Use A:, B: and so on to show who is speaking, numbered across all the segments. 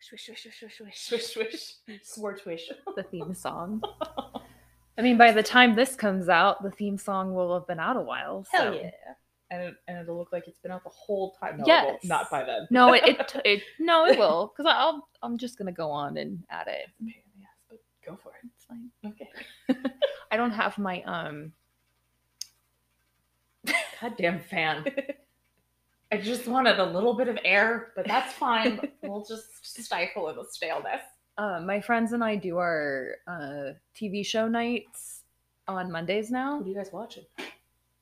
A: Swish, swish, swish, swish, swish, swish, swish, sword swish.
B: the theme song. I mean, by the time this comes out, the theme song will have been out a while.
A: Hell
B: so-
A: yeah. And, it, and it'll look like it's been out the whole time. No, it
B: Yes.
A: won't. not by then.
B: No, it, it, t- it no, it will because I'll I'm just gonna go on and add it.
A: Pain in the ass, but go for it.
B: It's fine.
A: Okay.
B: I don't have my um.
A: Goddamn fan. I just wanted a little bit of air, but that's fine. we'll just stifle in the staleness.
B: Uh, my friends and I do our uh, TV show nights on Mondays
A: What
B: now.
A: are Oh, you guys watching?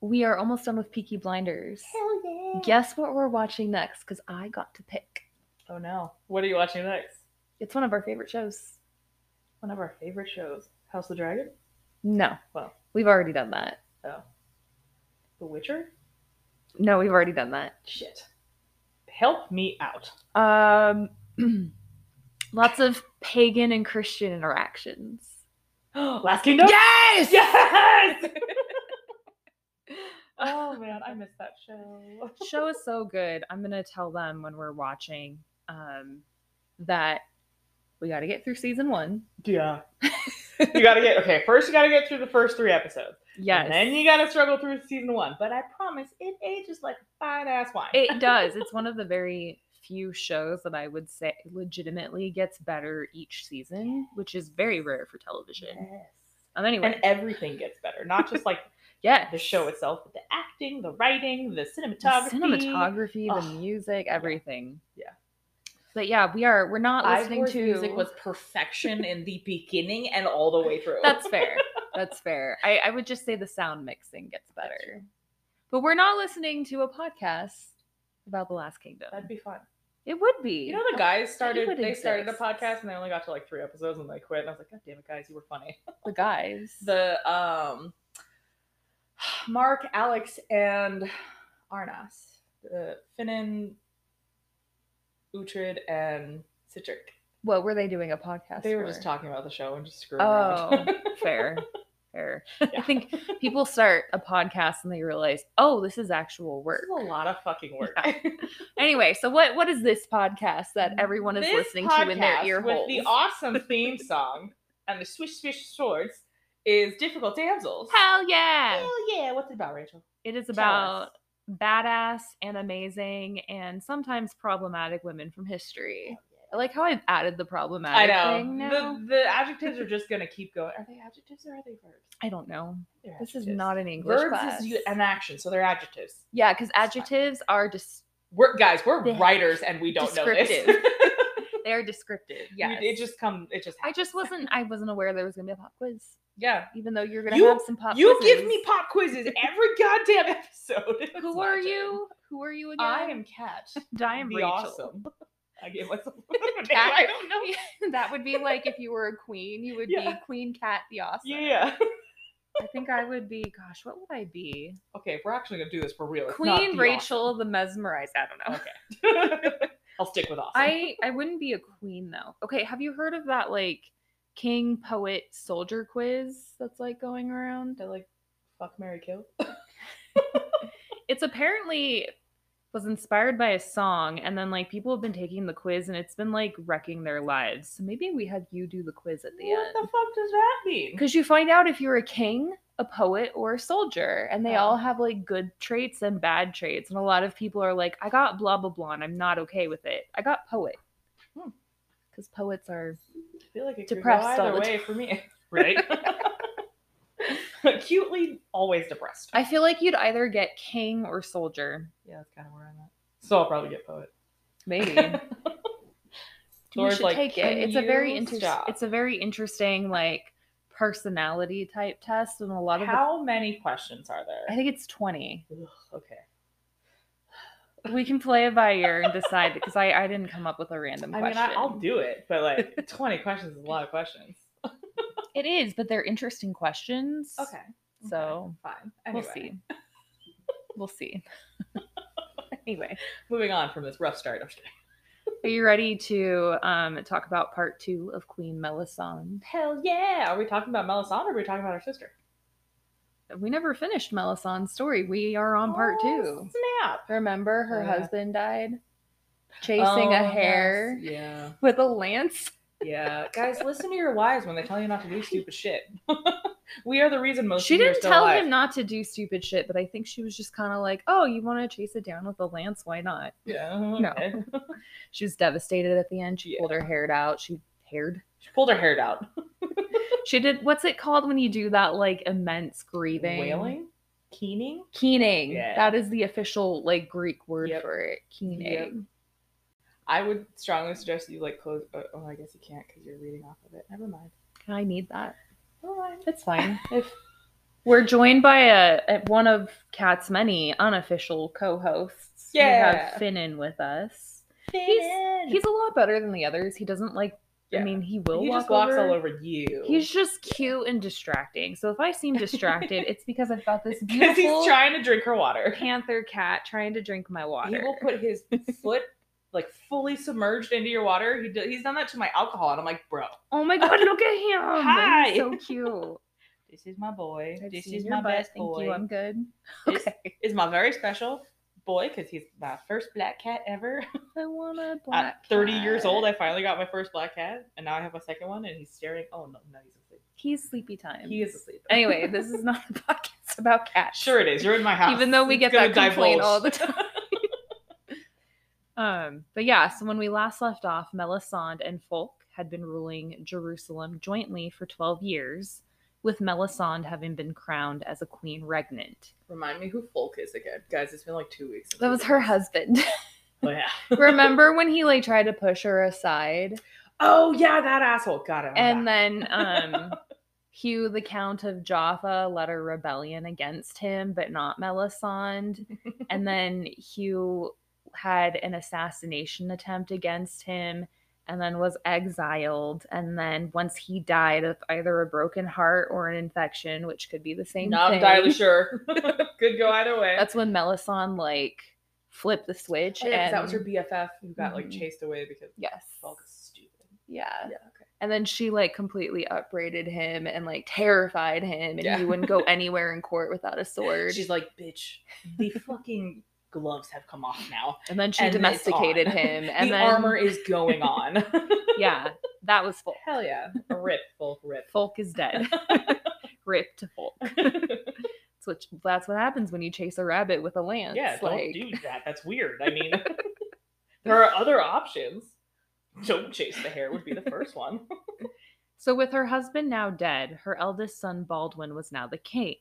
B: We are almost done with Peaky Blinders.
A: Hell yeah.
B: Guess what we're watching next? Because I got to pick.
A: Oh no. What are you watching next?
B: It's one of our favorite shows.
A: One of our favorite shows, House of the Dragon.
B: No,
A: Well.
B: we've already done that.
A: Oh. The Witcher?
B: No, we've already done that.
A: Shit. Help me out.
B: Um, lots of pagan and Christian interactions.
A: Last Kingdom?
B: Yes!
A: Yes! oh man, I miss that show.
B: Show is so good. I'm gonna tell them when we're watching um, that we got to get through season one.
A: Yeah. you gotta get okay, first you gotta get through the first three episodes.
B: Yes,
A: And then you gotta struggle through season one. But I promise it ages like a fine ass wine.
B: it does. It's one of the very few shows that I would say legitimately gets better each season, which is very rare for television.
A: Yes.
B: Um, anyway,
A: And everything gets better. Not just like
B: yes,
A: the show itself, but the acting, the writing, the
B: The
A: cinematography.
B: cinematography, the
A: Ugh.
B: music, everything.
A: Yeah.
B: But yeah, we are. We're not listening
A: Ivor's
B: to
A: music was perfection in the beginning and all the way through.
B: That's fair. That's fair. I, I would just say the sound mixing gets better. But we're not listening to a podcast about The Last Kingdom.
A: that'd be fun.
B: it would be.
A: You know, the guys started.
B: would
A: They started a
B: exist.
A: podcast and they only got to like three episodes and they quit. And I was like, God damn it, guys, you were funny.
B: the guys.
A: The um, Mark, Alex, and Arnas, the Finnan, Uhtred, and Citric.
B: what were they doing a podcast?
A: They were
B: for?
A: just talking about the show and just screwing
B: Oh,
A: around.
B: fair. Fair. I
A: Yeah.
B: think people start a podcast and they realize, oh, this is actual
A: This
B: work.
A: is a lot of fucking work.
B: Anyway, so what what is this podcast that everyone is
A: This
B: listening to in their
A: podcast
B: ear
A: with
B: holes?
A: the awesome theme song and the swish swish swords is difficult damsels.
B: Hell yeah!
A: Hell yeah! What's it about, Rachel?
B: It is
A: Tell
B: about
A: us.
B: badass and amazing and sometimes problematic women from history. I like how I've added the
A: I
B: problematic thing
A: know
B: now.
A: the, the adjectives are just gonna keep going. Are they adjectives or are they verbs?
B: I don't know.
A: They're
B: This is
A: adjectives.
B: not an English
A: verbs
B: class.
A: is you- an action, so they're adjectives.
B: yeah, because adjectives are just
A: We're guys, we're
B: They-
A: writers, and we don't know this.
B: descriptive. they are descriptive.
A: We-
B: Yes.
A: it just come. It just.
B: I just wasn't. I wasn't aware there was gonna be a pop quiz,
A: Yeah.
B: even though you're gonna
A: You-
B: have some pop.
A: you give me
B: quizzes.
A: pop quizzes every goddamn episode. It's
B: Who
A: my
B: are
A: turn.
B: you? Who are you again?
A: I am Cat.
B: I am
A: be
B: Rachel.
A: awesome. I gave myself.
B: Cat.
A: I don't know.
B: that would be like if you were a queen, you would
A: Yeah.
B: be Queen Cat the Awesome.
A: Yeah.
B: I think I would be. Gosh, what would I be?
A: Okay, we're actually gonna do this for real. It's not
B: Queen
A: the
B: Rachel the mesmerized. I don't know.
A: awesome. I'll stick with awesome.
B: I I wouldn't be a queen though. Okay, have you heard of that like king poet soldier quiz that's like going around?
A: They're like fuck Mary Kill.
B: It's apparently was inspired by a song and then like people have been taking the quiz and it's been like wrecking their lives. So maybe we have you do the quiz at the
A: What the
B: end.
A: fuck does that mean?
B: Cuz you find out if you're a king, a poet or a soldier and they
A: Oh.
B: all have like good traits and bad traits and a lot of people are like I got blah blah blah and I'm not okay with it. I got poet.
A: Hmm.
B: Cuz poets are
A: I feel like it
B: Depressed
A: could go
B: all
A: either way
B: the
A: for me. Right? Acutely always depressed.
B: I feel like you'd either get king or soldier.
A: yeah, that's kind of where I'm at. So I'll probably get poet.
B: Maybe. you
A: Laura's
B: should
A: like,
B: take
A: "Can
B: it. It's a very
A: you
B: interesting
A: stop?"
B: it's a very interesting like personality type test and a lot of the-
A: How many questions are
B: I
A: there?
B: think it's 20.
A: Ugh, okay.
B: We can play it by ear and decide because I, I didn't come up with a random
A: I
B: question.
A: mean, I, I'll do it, but like 20 questions is a lot of questions.
B: It is, but they're interesting questions.
A: Okay.
B: So
A: Fine.
B: we'll see. We'll see. anyway,
A: Moving on from this rough start. I'm just kidding.
B: are you ready to um, talk about part two of Queen Melisande?
A: Hell yeah! Are we talking about Melisandre or are we talking about her sister?
B: We never finished Melisande's story. We are on part
A: Oh,
B: two.
A: Snap!
B: Remember, her
A: Yeah.
B: husband died chasing a
A: Oh,
B: hare
A: yes. Yeah.
B: with a lance.
A: Yeah. Guys, listen to your wives when they tell you not to do stupid shit. we are the reason most
B: she
A: of you are
B: didn't
A: still
B: tell
A: alive.
B: him not to do stupid shit, but I think she was just kind of like, "Oh, you want to chase it down with a lance? Why not?"
A: Yeah.
B: No.
A: okay.
B: She was devastated at the end. She
A: Yeah.
B: pulled her hair out. She haired.
A: She pulled her hair out.
B: She did. What's it called when you do that like immense grieving?
A: Wailing? Keening?
B: Keening.
A: Yeah.
B: That is the official like Greek word
A: Yep.
B: for it. Keening.
A: I would strongly suggest you like close. Oh, oh I guess you can't because you're reading off of it. Never mind.
B: I need that.
A: Never mind.
B: It's fine. if we're joined by a, a- one of Cat's many unofficial co-hosts. We
A: Yeah.
B: have Finnan with us. He's a lot better than the others. He doesn't like. I
A: Yeah.
B: mean, he will.
A: he
B: walk
A: just walks
B: over.
A: all over you.
B: He's just cute and distracting. So if I seem distracted, it's because I've got this
A: because
B: beautiful
A: he's trying to drink her water.
B: panther cat trying to drink my water.
A: He will put his foot like fully submerged into your water. He do, he's done that to my alcohol, and I'm like, bro,
B: oh my god, look at him!
A: Hi.
B: He's so cute.
A: this is my boy.
B: I've
A: This
B: seen
A: is
B: your
A: my
B: butt.
A: best
B: Thank
A: boy.
B: you. I'm good.
A: This is my very special boy because he's my first black cat ever.
B: I want a
A: At
B: black.
A: 30 years
B: cat.
A: old, I finally got my first black cat, and now I have my second one, and he's staring. Oh no, no, he's asleep.
B: He's sleepy time.
A: He is asleep.
B: Anyway, this is not a podcast about cats.
A: Sure, it is. You're in my house.
B: Even though we
A: It's
B: get
A: gonna
B: that complaint
A: divulge.
B: all the time. um, but yeah, so when we last left off, Melisande and Folk had been ruling Jerusalem jointly for 12 years, with Melisande having been crowned as a queen regnant.
A: Remind me who Folk is again, guys. It's been like two weeks. since
B: That
A: we
B: was
A: did
B: her
A: this.
B: husband.
A: Oh yeah.
B: Remember when he like tried to push her aside
A: Oh yeah, that asshole. Got it. I'm
B: and
A: back.
B: then um Hugh the Count of Jaffa led a rebellion against him, but not Melisande. and then Hugh had an assassination attempt against him and then was exiled. And then once he died of either a broken heart or an infection, which could be the same
A: not
B: thing.
A: entirely sure. Could go either way.
B: That's when Melisande like flipped the switch.
A: Oh, yeah, 'cause that was her
B: and-
A: BFF who got like
B: Mhm.
A: chased away because
B: Yes.
A: Folk is stupid.
B: Yeah.
A: Yeah. Okay.
B: And then she like completely upbraided him and like terrified him, and
A: Yeah.
B: he wouldn't go anywhere in court without a sword.
A: She's like, bitch. The fucking gloves have come off now.
B: and then she
A: and it's on.
B: domesticated him, and
A: the
B: then
A: armor is going on.
B: yeah, that was Folk.
A: Hell yeah. Rip, Folk, rip.
B: Folk is dead. Rip to Folk. That's what that's what happens when you chase a rabbit with a lance.
A: yeah, don't
B: like
A: do that. That's weird. I mean, there are other options. Don't chase the hair would be the first one.
B: so, with her husband now dead, her eldest son Baldwin was now the king.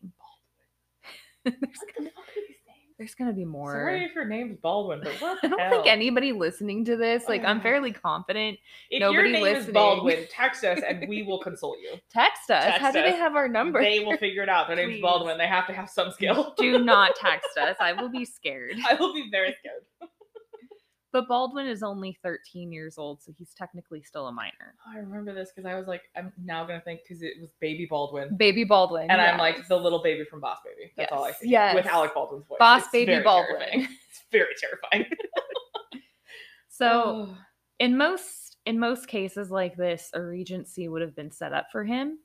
B: there's,
A: what the fuck are these names?
B: there's gonna be more.
A: Sorry if your name's Baldwin, but what the
B: I don't
A: hell? Oh.
B: think anybody listening to this, like, I'm
A: Ugh.
B: fairly confident.
A: If your
B: nobody
A: name
B: listening-
A: is Baldwin, text us and we will consult you.
B: Text us. How
A: Text
B: do they
A: us.
B: have our number?
A: They will figure it out. Their name's
B: Please.
A: Baldwin. They have to have some skill.
B: do not text us. I will be scared.
A: I will be very scared.
B: But Baldwin is only 13 years old, so he's technically still a minor.
A: Oh, I remember this because I was like, I'm now gonna think because it was Baby Baldwin,
B: Baby Baldwin.
A: and I'm
B: yes.
A: like the little baby from Boss Baby. That's all I
B: Yes,
A: see.
B: yes.
A: With Alec Baldwin's voice.
B: Boss
A: It's
B: Baby
A: very
B: Baldwin.
A: terrifying. It's very terrifying. "Oh."
B: So in most in most cases like this, a regency would have been set up for him.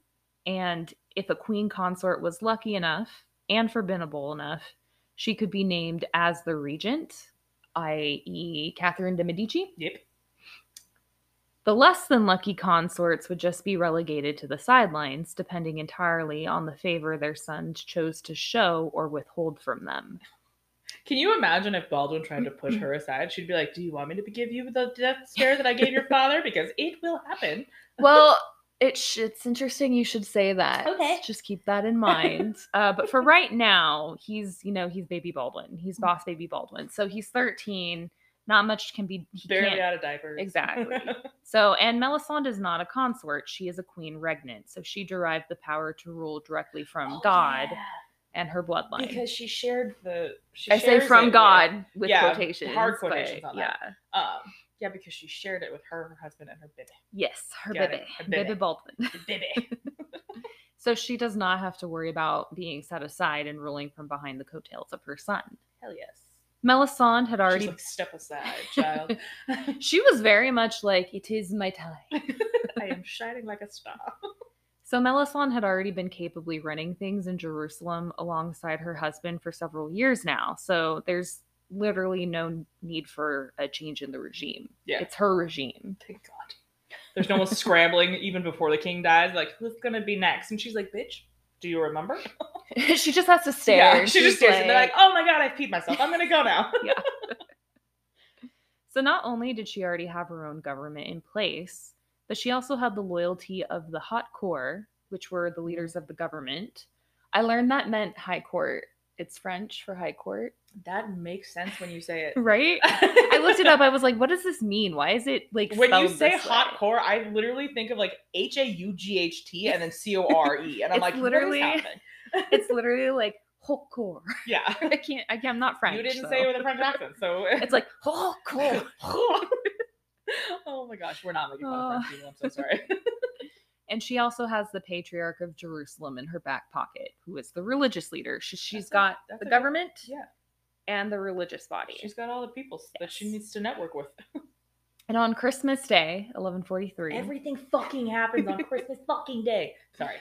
B: And if a queen consort was lucky enough and forbiddable enough, she could be named as the regent, i.e., Catherine de Medici.
A: yep.
B: The less than lucky consorts would just be relegated to the sidelines, depending entirely on the favor their sons chose to show or withhold from them.
A: Can you imagine if Baldwin tried to push her aside? She'd be like, "Do you want me to give you the death stare that I gave your father? Because it will happen."
B: Well, it sh- it's interesting you should say that.
A: Okay.
B: Just keep that in mind. uh, but for right now, he's, you know, he's baby Baldwin. He's boss baby Baldwin. So he's 13. Not much can be. He
A: Barely
B: can't-
A: out of diapers.
B: Exactly. So, and Melisande is not a consort. She is a queen regnant. So she derived the power to rule directly from
A: Oh,
B: God
A: yeah.
B: and her bloodline.
A: because she shared the. She
B: I say
A: shares it
B: from
A: with-
B: God with,
A: yeah, hard
B: quotations. but
A: quotations on that.
B: Yeah.
A: um, yeah, because she shared it with her, her husband, and her baby.
B: Yes, her
A: Got it,
B: baby,
A: her
B: baby
A: baby.
B: Baldwin.
A: Baby.
B: So she does not have to worry about being set aside and ruling from behind the coattails of her son.
A: Hell yes.
B: Melisande had
A: Already
B: already
A: like, step aside, child.
B: She was very much like, it is my time.
A: I am shining like a star.
B: So Melisande had already been capably running things in Jerusalem alongside her husband for several years now. So there's literally no need for a change in the regime.
A: Yeah.
B: It's her regime.
A: Thank God. There's no one scrambling even before the king dies. Like, who's gonna be next? And she's like, "Bitch, do you remember?"
B: she just has to stare.
A: Yeah,
B: and
A: she
B: she's
A: just stares. and they're like, "Oh my God, I peed myself. I'm gonna go now."
B: So not only did she already have her own government in place, but she also had the loyalty of the Hot Corps, which were
A: Mm-hmm.
B: the leaders of the government. I learned that meant High Court. It's French for High Court,
A: That makes sense when you say it.
B: right? I
A: I
B: looked it up. I was like, what does this mean? Why is it like
A: When you
B: spelled
A: say
B: this
A: hot
B: way?
A: core, I literally think of like H A U G H T and then C O R E, and I'm
B: It's
A: like,
B: literally-
A: literally,
B: It's literally like hot core.
A: yeah.
B: I can't. I can't I'm not French.
A: you didn't
B: so.
A: say it with a French accent, so
B: It's like hot core.
A: oh my gosh, we're not making fun of French people. I'm so sorry.
B: And she also has the Patriarch of Jerusalem in her back pocket, who is the religious leader. She, she's
A: a-
B: got
A: that's
B: the
A: a good-
B: government,
A: yeah.
B: and the religious body.
A: She's got all the people that she
B: Yes.
A: needs to network with.
B: And on Christmas Day, 1143,
A: Everything fucking happens on Christmas fucking day. Sorry.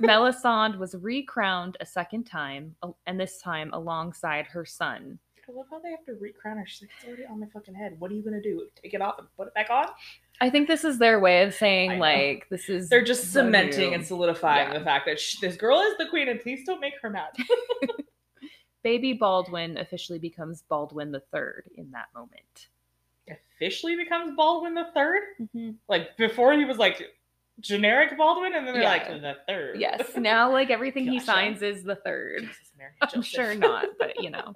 B: Melisande was recrowned a second time, al- and this time alongside her son.
A: I love how they have to recrown her. She's like, it's already on my fucking head. What are you gonna do? Take it off and put it back on?
B: I think this is their way of
A: I
B: saying,
A: know.
B: like, this is.
A: They're just
B: the
A: cementing
B: new-
A: and solidifying
B: Yeah.
A: the fact that sh this girl is the queen, and please don't make her mad.
B: Baby Baldwin officially becomes Baldwin the Third in that moment.
A: Officially becomes Baldwin the Third. Like before, he was like generic Baldwin, and then they're
B: Yeah.
A: like the Third.
B: Yes. Now, like everything he
A: Gotcha.
B: signs is the Third.
A: Jesus, Mary,
B: I'm
A: Joseph.
B: sure not, but you know,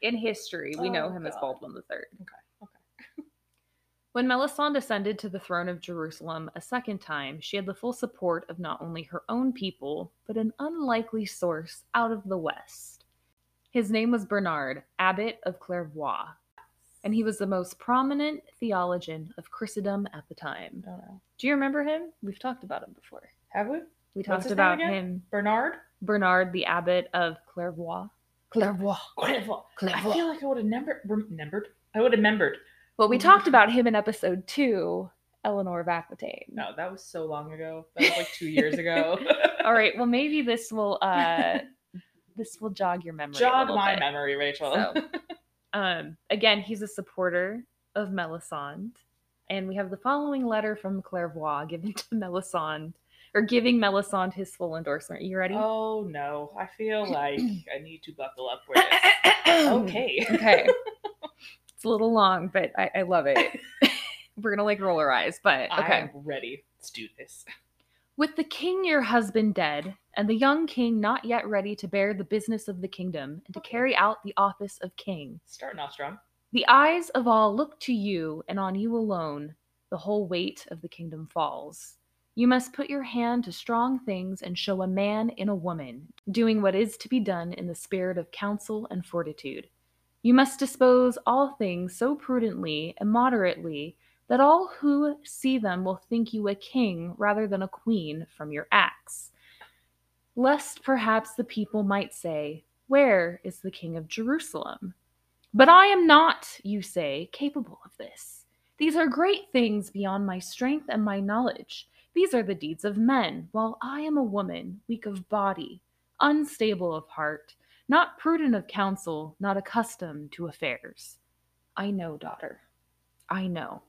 B: in history, we know
A: Oh,
B: him as
A: God.
B: Baldwin III.
A: Okay, okay.
B: when Melisande ascended to the throne of Jerusalem a second time, she had the full support of not only her own people, but an unlikely source out of the West. His name was Bernard, abbot of Clairvaux, and he was the most prominent theologian of Christendom at the time.
A: I don't know.
B: Do you remember him? We've talked about him before.
A: Have we?
B: We
A: What's
B: talked
A: his name
B: about
A: again?
B: him,
A: Bernard?
B: Bernard, the abbot of Clairvaux. Clairvaux.
A: Quenville. I
B: Clairvaux.
A: feel like I would have remembered. Remembered? I would have remembered.
B: Well, we
A: Mhm.
B: talked about him in episode two, Eleanor of Aquitaine.
A: No, that was so long ago. That was like two years ago.
B: All right. Well, maybe this will uh, this will jog your memory. a
A: Jog
B: little
A: my
B: bit.
A: memory, Rachel.
B: So, um, again, he's a supporter of Melisande, and we have the following letter from Clairvoix given to Melisande, or giving Melisande his full endorsement. You ready?
A: Oh no, I feel like I need to buckle up for this. okay.
B: Okay. it's a little long, but I, I love it. We're gonna like roll our eyes, but
A: I'm
B: okay.
A: ready. Let's do this.
B: With the king your husband dead, and the young king not yet ready to bear the business of the kingdom and to
A: Okay.
B: carry out the office of king,
A: Starting off strong.
B: the eyes of all look to you, and on you alone the whole weight of the kingdom falls. You must put your hand to strong things and show a man in a woman, doing what is to be done in the spirit of counsel and fortitude. You must dispose all things so prudently and moderately that all who see them will think you a king rather than a queen from your acts. Lest perhaps the people might say, Where is the king of Jerusalem? But I am not, you say, capable of this. These are great things beyond my strength and my knowledge. These are the deeds of men, while I am a woman, weak of body, unstable of heart, not prudent of counsel, not accustomed to affairs. I know, daughter. I know.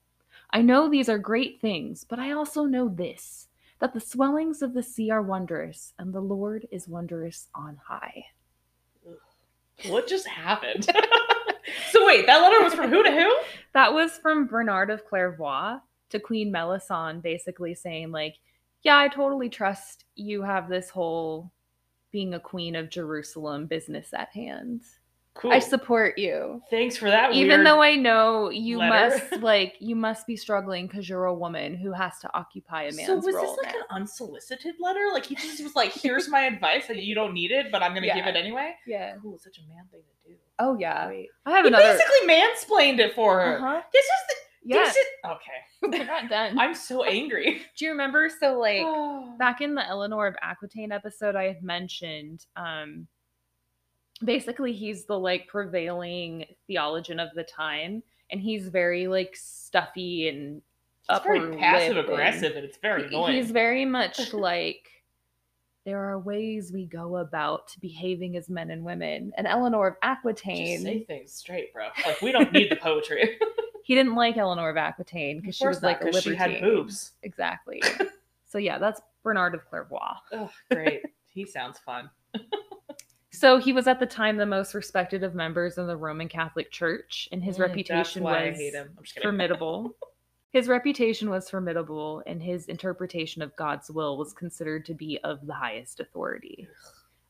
B: I know these are great things, but I also know this that the swellings of the sea are wondrous, and the Lord is wondrous on high.
A: What just happened? so wait, that letter was from who to who?
B: That was from Bernard of Clairvaux to Queen Melisande, basically saying, like, yeah, I totally trust you have this whole being a queen of Jerusalem business at hand.
A: Cool.
B: I support you.
A: Thanks for that.
B: Even
A: weird-
B: though I know you
A: letter.
B: must like you must be struggling because you're a woman who has to occupy a man's
A: so was
B: role.
A: this like
B: now.
A: an unsolicited letter? Like he just was like, "Here's my advice, and you don't need it, but I'm gonna give
B: Yeah.
A: it anyway."
B: yeah.
A: Cool, such a man thing to do.
B: Oh yeah.
A: Wait.
B: I have
A: He
B: another.
A: basically mansplained it for her.
B: Uh-huh.
A: This is the
B: Yeah.
A: this is okay.
B: We're not done.
A: I'm so angry.
B: Do you remember? So like
A: Oh.
B: back in the Eleanor of Aquitaine episode, I had mentioned um, basically he's the like prevailing theologian of the time and he's very like stuffy and
A: It's
B: upper
A: very
B: lip
A: passive
B: and-
A: aggressive and it's very
B: He-
A: annoying.
B: He's very much like there are ways we go about behaving as men and women. And Eleanor of
A: Just say
B: Aquitaine,
A: things straight, bro. Like we don't need the poetry.
B: he didn't like Eleanor of Aquitaine
A: Of
B: because she
A: course
B: was
A: not,
B: like a
A: 'cause she
B: libertine.
A: had boobs.
B: Exactly. so yeah, that's Bernard of Clairvoy.
A: Oh, great. he sounds fun.
B: So he was at the time the most respected of members in the Roman Catholic Church, and his
A: Mm, that's
B: reputation was
A: why I hate him. I'm just kidding.
B: formidable. His reputation was formidable, and his interpretation of God's will was considered to be of the highest authority.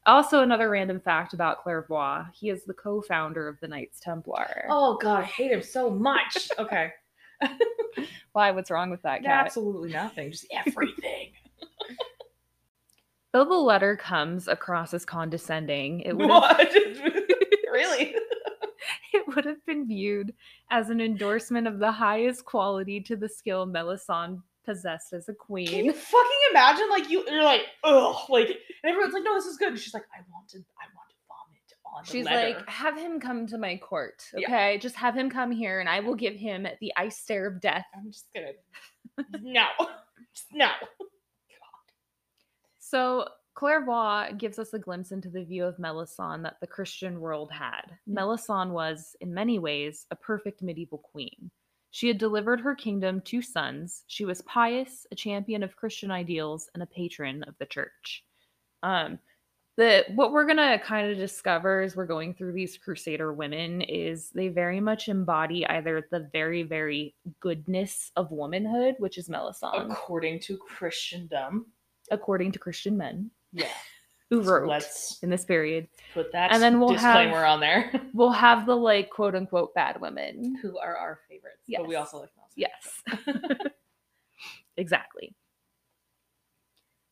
B: Also, another random fact about Clairvoy he is the co founder of the Knights Templar.
A: Oh god, I hate him so much. Okay.
B: Why? What's wrong with that,
A: No,
B: Kat?
A: absolutely nothing. Just everything.
B: Though the letter comes across as condescending, it would, have,
A: what? really?
B: it would have been viewed as an endorsement of the highest quality to the skill Melisande possessed as a
A: Can
B: queen.
A: you fucking imagine? Like you, you're like, ugh, like, and everyone's like, no, this is good. And she's like, I want to, I want to vomit on the
B: She's
A: letter.
B: like, have him come to my court,
A: Yeah.
B: okay? Just have him come here, and I will give him the ice stare of death.
A: I'm just gonna, no, Just no.
B: So Clairvoy gives us a glimpse into the view of Melisande that the Christian world had. Melisande was, in many ways, a perfect medieval queen. She had delivered her kingdom two sons. She was pious, a champion of Christian ideals, and a patron of the church. Um, the what we're gonna kind of discover as we're going through these crusader women is they very much embody either the very, very goodness of womanhood, which is Melisande,
A: According to Christendom,
B: according to Christian men
A: yeah.
B: who wrote
A: Let's
B: in this period.
A: put that
B: And then we'll have-
A: disclaimer on there.
B: We'll have the like quote unquote bad women.
A: Who are our favorites? But we
B: Yes.
A: also like Nelson.
B: Yes. exactly.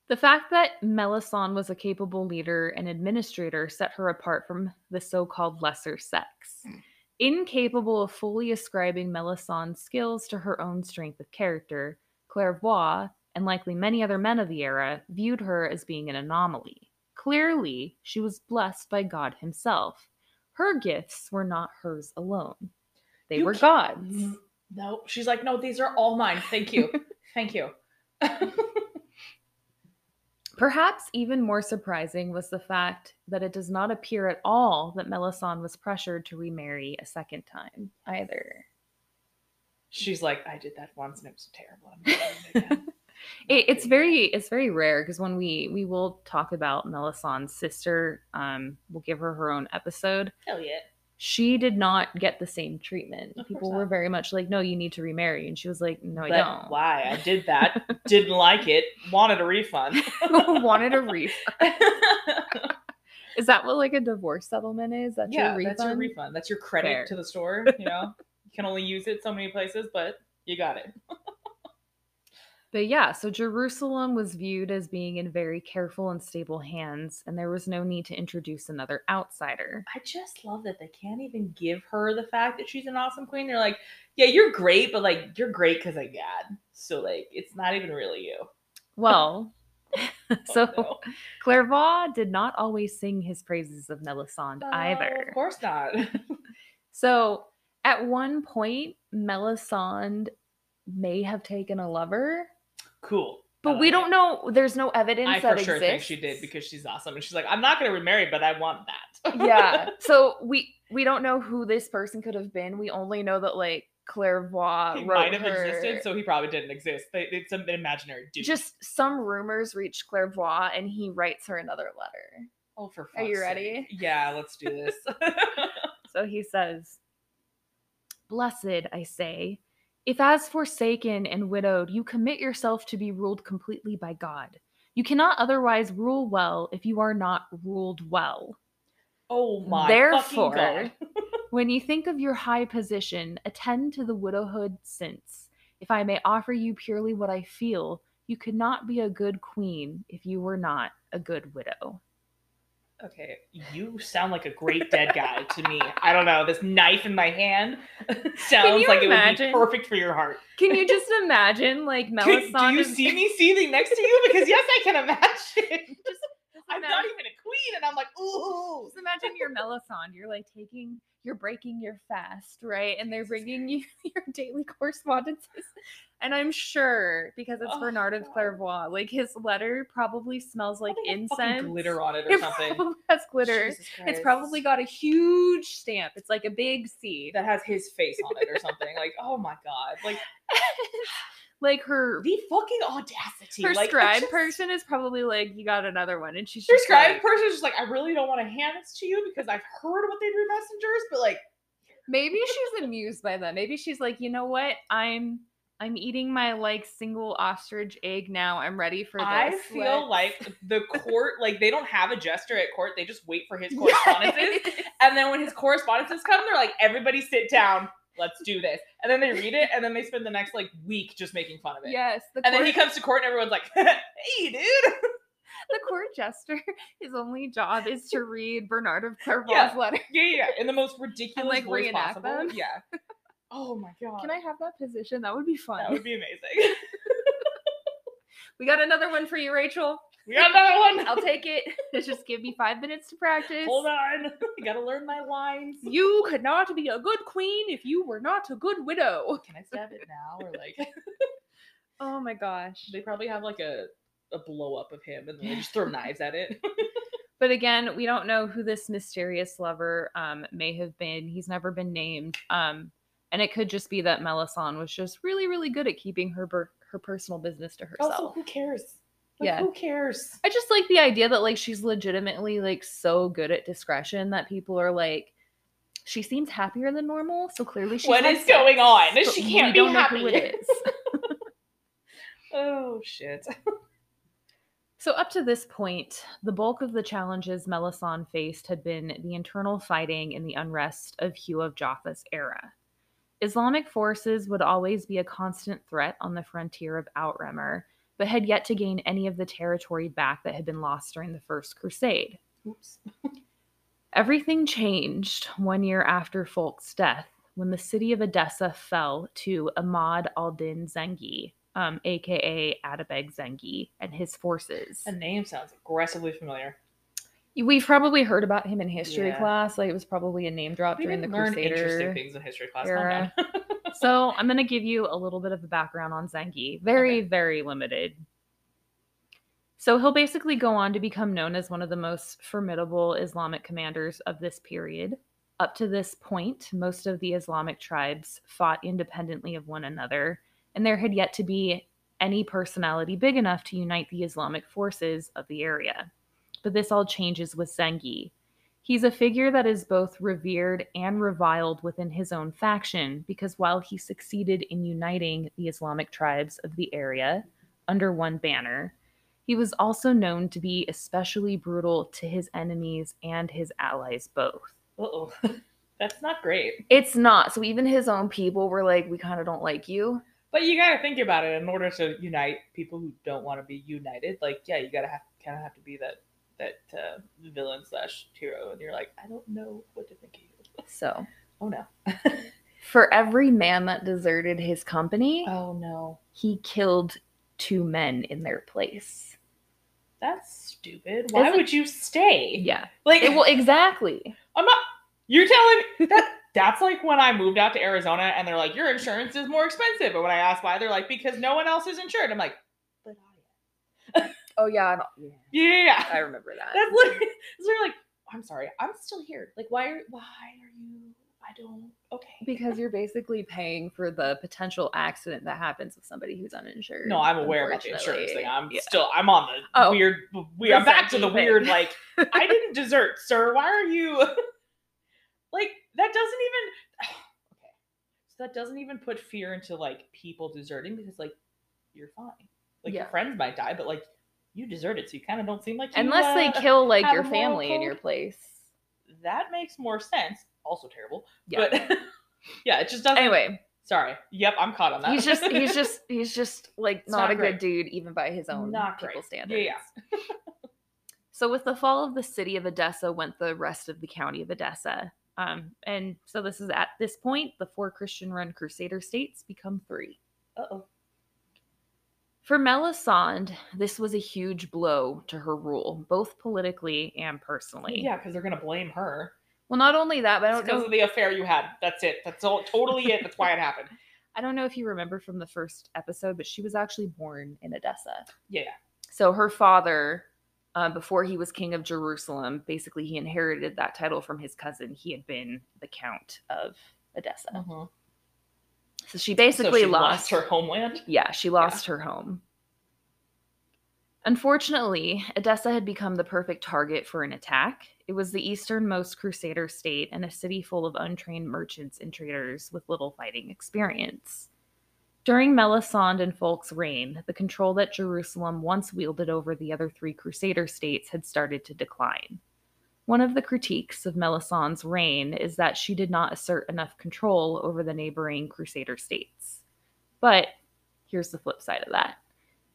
B: The fact that Melisande was a capable leader and administrator set her apart from the so called lesser sex.
A: Hmm.
B: Incapable of fully ascribing Melisande's skills to her own strength of character, Clairvoy, and likely many other men of the era, viewed her as being an anomaly. Clearly, she was blessed by God Himself. Her gifts were not hers alone, they
A: You
B: were
A: can't-
B: God's.
A: Mm, No, she's like, no, these are all mine. Thank you, thank you.
B: Perhaps even more surprising was the fact that it does not appear at all that Melisande was pressured to remarry a second time either.
A: She's like, I did that once and it was terrible. I'm not doing it again."
B: It, it's
A: Not doing
B: very it's very rare because when we we will talk about Melisande's sister, um, we'll give her her own episode.
A: Hell yeah.
B: She did not get the same treatment.
A: Of course
B: People
A: not.
B: were very much like, "No, you need to remarry," and she was like, "No,
A: But
B: I
A: Why I did that? didn't like it. Wanted a refund.
B: don't." Wanted a refund. Is that what like a divorce settlement is? That's
A: yeah,
B: your refund.
A: that's your refund. That's your credit
B: Fair.
A: to the store. You know, you can only use it so many places, but you got it.
B: But yeah, so Jerusalem was viewed as being in very careful and stable hands, and there was no need to introduce another outsider.
A: I just love that they can't even give her the fact that she's an awesome queen. They're like, yeah, you're great, but like you're great because of God. So like, it's not even really you.
B: Well,
A: Oh,
B: so
A: no.
B: Clairvoy did not always sing his praises of Melisande
A: No,
B: either.
A: of course not.
B: So at one point, Melisande may have taken a lover,
A: cool.
B: but
A: I
B: we
A: like
B: don't
A: it.
B: know. There's no evidence
A: Oh. I
B: that
A: for sure think
B: exists.
A: she did because she's awesome, and she's like, I'm not going to remarry, but I want that.
B: yeah. So we we don't know who this person could have been. We only know that like Clairvoy
A: he
B: wrote
A: might have
B: her-
A: existed, so he probably didn't exist. They, it's an imaginary dude.
B: just some rumors reach Clairvoy and he writes her another letter.
A: oh, for
B: Are you
A: fuck's sake.
B: ready?
A: Yeah, let's do this.
B: So he says, Blessed, I say, if as forsaken and widowed you commit yourself to be ruled completely by God, you cannot otherwise rule well if you are not ruled well.
A: oh my
B: Therefore,
A: fucking god!
B: when you think of your high position, attend to the widowhood since, if I may offer you purely what I feel, you could not be a good queen if you were not a good widow.
A: Okay, you sound like a great dead guy to me. I don't know. This knife in my hand sounds
B: you
A: like
B: imagine?
A: it would be perfect for your heart.
B: Can you just imagine, like
A: Could-
B: Melisande?
A: do you
B: is-
A: see me seething next to you? Because yes, I can imagine.
B: Just
A: I'm
B: imagine-
A: not even a queen, and I'm like, ooh.
B: Just imagine you're Melisande. You're like taking, you're breaking your fast, right? And they're bringing you your daily correspondences. And I'm sure because it's
A: Oh,
B: Bernard of
A: God.
B: Clairvoy, like his letter probably smells like
A: Probably got fucking
B: incense.
A: glitter on it or
B: It
A: something.
B: probably has glitter.
A: Jesus
B: It's
A: Christ.
B: probably got a huge stamp. It's like a big C.
A: that has his face on it or something. like, oh my god, like
B: like her
A: the fucking audacity.
B: her
A: like, I
B: scribe
A: just-
B: person is probably like, you got another one, and she's
A: Your
B: just
A: scribe
B: like,
A: person is just like, I really don't want to hand this to you because I've heard what they do to messengers, but like,
B: maybe she's amused by that. Maybe she's like, you know what, I'm. I'm eating my like single ostrich egg now. I'm ready for this.
A: I feel
B: Let's-
A: like the court, like they don't have a jester at court. They just wait for his
B: Yes.
A: correspondences, and then when his correspondences come, they're like, everybody sit down. Let's do this. And then they read it, and then they spend the next like week just making fun of it.
B: Yes, the
A: And then
B: court,
A: he comes to court, and everyone's like, "Hey, dude!"
B: the court jester, his only job is to read Bernard of Clairvaux's
A: Yeah.
B: letter.
A: Yeah, yeah, yeah, in the most ridiculous
B: like,
A: voice
B: reenact
A: possible.
B: them.
A: Yeah. Oh my god.
B: Can I have that position? That would be fun.
A: That would be amazing.
B: We got another one for you, Rachel.
A: We got another one.
B: I'll take it. Just give me five minutes to practice.
A: Hold on. I gotta learn my lines.
B: You could not be a good queen if you were not a good widow.
A: Can I stab it now? Or like
B: Oh my gosh.
A: they probably have like a a blow up of him and then they just throw knives at it.
B: But again, we don't know who this mysterious lover um, may have been. He's never been named. Um, and it could just be that Melisande was just really, really good at keeping her bur- her personal business to herself.
A: Also, who cares? Like,
B: Yeah.
A: Who cares?
B: I just like the idea that like she's legitimately like so good at discretion that people are like, she seems happier than normal, so clearly she's
A: What
B: had
A: is going on?
B: sex,
A: She
B: but
A: can't
B: we
A: be
B: don't know
A: happy.
B: who it is.
A: Oh shit.
B: So, up to this point, the bulk of the challenges Melisande faced had been the internal fighting and the unrest of Hugh of Jaffa's era. Islamic forces would always be a constant threat on the frontier of Outremer, but had yet to gain any of the territory back that had been lost during the First Crusade.
A: Oops.
B: Everything changed one year after Fulk's death when the city of Edessa fell to Ahmad al Din Zengi, um, aka Atabeg Zengi, and his forces.
A: The name sounds aggressively familiar.
B: We've probably heard about him in history
A: Yeah.
B: class. Like it was probably a name drop
A: We
B: during the
A: didn't learn interesting
B: Crusader.
A: things in history class.
B: era.
A: Era.
B: so I'm going to give you a little bit of a background on Zengi. Very, very limited. So he'll basically go on to become known as one of the most formidable Islamic commanders of this period. Up to this point, most of the Islamic tribes fought independently of one another, and there had yet to be any personality big enough to unite the Islamic forces of the area. But this all changes with Zengi. He's a figure that is both revered and reviled within his own faction because while he succeeded in uniting the Islamic tribes of the area under one banner, he was also known to be especially brutal to his enemies and his allies both.
A: oh. That's not great.
B: It's not. So even his own people were like, we kind of don't like you.
A: But you gotta think about it in order to unite people who don't want to be united. Like, yeah, you gotta have kind of have to be that that uh, villain slash hero, and you're like, I don't know what to think of you.
B: So
A: Oh no.
B: for every man that deserted his company,
A: Oh no.
B: he killed two men in their place.
A: That's stupid. Why
B: Isn't-
A: would you stay?
B: Yeah.
A: Like,
B: It, well, exactly.
A: I'm not. You're telling me that that's like when I moved out to Arizona, and they're like, your insurance is more expensive. But when I ask why, they're like, because no one else is insured. I'm like, but I.
B: Oh yeah, I, don't-
A: am." Yeah, yeah, yeah.
B: I remember that.
A: That's literally, so you're like, I'm sorry, I'm still here. Like, why are why are you? I don't. Okay.
B: because you're basically paying for the potential accident that happens with somebody who's uninsured.
A: No, I'm aware about the insurance thing.
B: unfortunately.
A: I'm
B: Yeah.
A: still, I'm on the
B: Oh.
A: weird. We are back to the
B: Presenting thing.
A: weird. Like, I didn't desert, sir. Why are you? like that doesn't even. okay, so that doesn't even put fear into like people deserting because like you're fine. Like your
B: Yeah.
A: friends might die, but like you deserted, so you kind of don't seem like you,
B: Unless
A: uh,
B: they kill like
A: have
B: your
A: a moral
B: family in
A: code?
B: your place.
A: that makes more sense. Also terrible,
B: Yeah.
A: but yeah, it just doesn't.
B: anyway,
A: Sorry. Yep, I'm caught on that.
B: he's just he's just he's just like
A: It's
B: not,
A: not
B: a
A: great.
B: good dude even by his own
A: Not great.
B: people
A: Yeah,
B: standards.
A: yeah.
B: So, with the fall of the city of Edessa, went the rest of the county of Edessa. Um, and so, this is at this point, the four Christian run Crusader states become three.
A: Uh oh.
B: For Melisande, this was a huge blow to her rule, both politically and personally.
A: Yeah, because they're gonna blame her.
B: Well, not only that, but I
A: It's
B: don't know.
A: because of the affair you had. That's it. That's all, totally it. That's why it happened.
B: I don't know if you remember from the first episode, but she was actually born in Edessa.
A: Yeah.
B: So her father, uh, before he was king of Jerusalem, basically he inherited that title from his cousin. He had been the count of Edessa.
A: Mhm.
B: Oh. So she
A: So
B: Mm-hmm. basically
A: she
B: lost,
A: her homeland.
B: Yeah, she lost her home. Unfortunately, Edessa had become the perfect target for an attack. It was the easternmost crusader state and a city full of untrained merchants and traders with little fighting experience. During Melisande and Fulk's reign, the control that Jerusalem once wielded over the other three crusader states had started to decline. One of the critiques of Melisande's reign is that she did not assert enough control over the neighboring crusader states. But here's the flip side of that.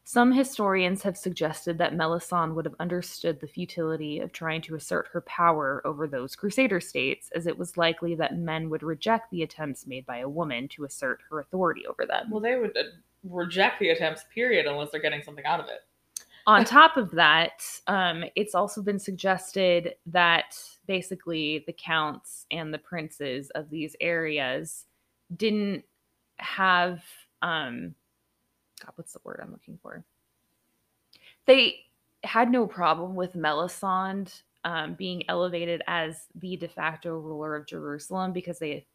B: Some historians have suggested that Melisande would have understood the futility of trying to assert her power over those crusader states, as it was likely that men would reject the attempts made by a woman to assert her authority over them.
A: Well, they would uh, reject the attempts, period, unless they're getting something out of it.
B: on top of that, um, it's also been suggested that basically the counts and the princes of these areas didn't have um God, what's the word I'm looking for? They had no problem with Melisande um, being elevated as the de facto ruler of Jerusalem because they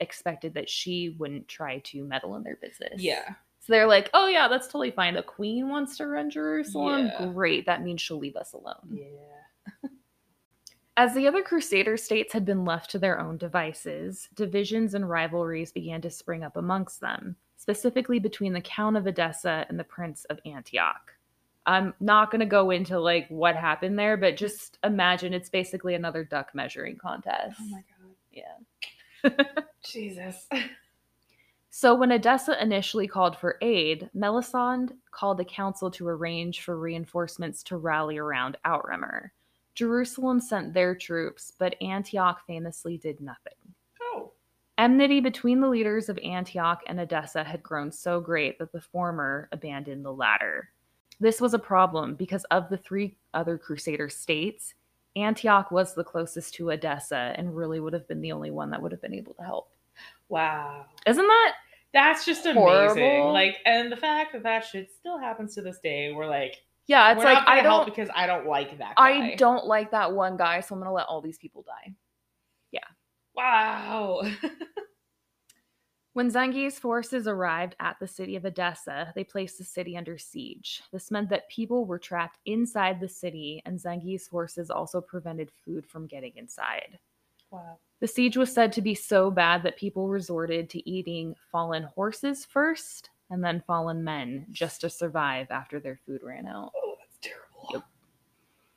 B: expected that she wouldn't try to meddle in their business.
A: Yeah.
B: So they're like, oh yeah, that's totally fine. The queen wants to run Jerusalem.
A: Yeah.
B: Great. That means she'll leave us alone.
A: Yeah.
B: As the other Crusader states had been left to their own devices, divisions and rivalries began to spring up amongst them, specifically between the Count of Edessa and the Prince of Antioch. I'm not going to go into like what happened there, but just imagine it's basically another duck measuring contest.
A: Oh my god.
B: Yeah.
A: Jesus.
B: So, when Edessa initially called for aid, Melisande called a council to arrange for reinforcements to rally around Outremer. Jerusalem sent their troops, but Antioch famously did nothing.
A: Oh.
B: Enmity between the leaders of Antioch and Edessa had grown so great that the former abandoned the latter. This was a problem because of the three other Crusader states, Antioch was the closest to Edessa and really would have been the only one that would have been able to help.
A: Wow.
B: Isn't that
A: That's just amazing.
B: Horrible.
A: Like, and the fact that that shit still happens to this day, we're like,
B: Yeah, it's
A: we're
B: like
A: not gonna
B: I
A: help
B: don't
A: because I don't like that.
B: I
A: guy.
B: don't like that one guy, so I'm gonna let all these people die.
A: Wow.
B: When Zengi's forces arrived at the city of Edessa, they placed the city under siege. This meant that people were trapped inside the city, and Zengi's forces also prevented food from getting inside.
A: wow.
B: The siege was said to be so bad that people resorted to eating fallen horses first and then fallen men just to survive after their food ran out.
A: Oh, that's terrible.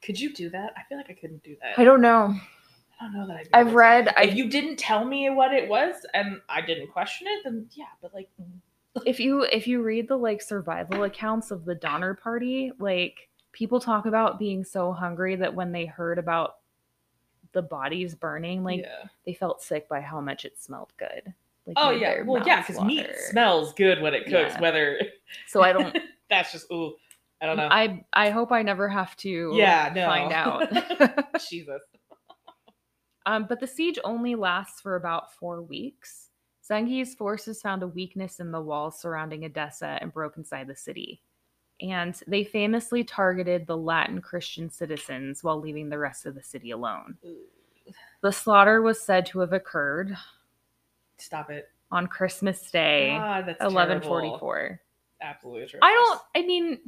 A: Could you do that? I feel like I couldn't do that.
B: I don't know.
A: I don't know that I'd be able
B: I've
A: to.
B: read I
A: If you didn't tell me what it was and I didn't question it, then yeah. But like,
B: Mm, if you if you read the like survival accounts of the Donner Party, like people talk about being so hungry that when they heard about the bodies burning, like
A: yeah.
B: they felt sick by how much it smelled good. Like
A: oh
B: made
A: yeah,
B: their
A: well yeah,
B: mouths
A: because meat
B: water.
A: smells good when it cooks.
B: Yeah.
A: Whether
B: So I don't.
A: that's just ooh, I don't know.
B: Mm, I I hope I never have to.
A: Yeah, no.
B: Find out.
A: Jesus.
B: Um, but the siege only lasts for about four weeks. Zengi's forces found a weakness in the walls surrounding Edessa and broke inside the city. And they famously targeted the Latin Christian citizens while leaving the rest of the city alone. The slaughter was said to have occurred
A: Stop it.
B: on Christmas Day,
A: God, Ah, that's terrible.
B: 1144.
A: Absolutely atrocious.
B: I don't, I mean,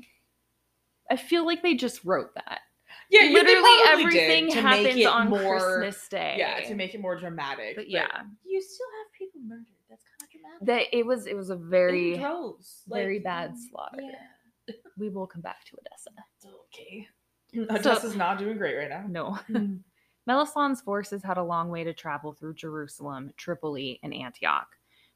B: I feel like they just wrote that.
A: Yeah, you- they
B: Literally
A: probably
B: everything
A: did to make
B: happens
A: it
B: on
A: more-
B: Christmas Day.
A: Yeah, to make it more dramatic.
B: But yeah.
A: you still have people murdered. That's kind of dramatic.
B: that it was it was a
A: In
B: very
A: droves,
B: very
A: like,
B: bad
A: mm,
B: slaughter.
A: Yeah,
B: we will come back to Odessa.
A: it's okay. Odessa's not doing great right now.
B: No.
A: Mm.
B: Melisande's forces had a long way to travel through Jerusalem, Tripoli, and Antioch.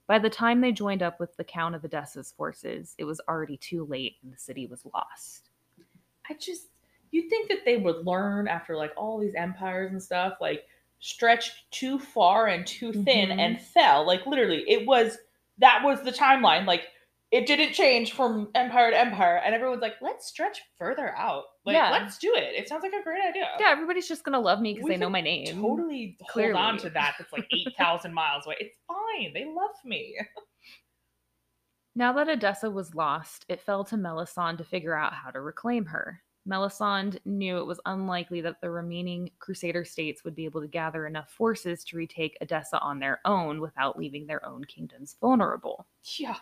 B: By the time they joined up with the Count of Edessa's forces, it was already too late and the city was lost.
A: I just you'd think that they would learn after like all these empires and stuff, like stretched too far and too thin
B: Mhm.
A: and fell. Like literally, it was that was the timeline. Like it didn't change from empire to empire, and everyone's like, let's stretch further out. Like,
B: Yeah.
A: let's do it. It sounds like a great idea.
B: Yeah, everybody's just gonna love me because
A: We
B: they know
A: could
B: my name.
A: Totally
B: Clearly.
A: hold on to that. That's like eight thousand miles away. It's fine. They love me.
B: Now that Edessa was lost, it fell to Melisande to figure out how to reclaim her. Melisande knew it was unlikely that the remaining Crusader states would be able to gather enough forces to retake Edessa on their own without leaving their own kingdoms vulnerable.
A: Yeah.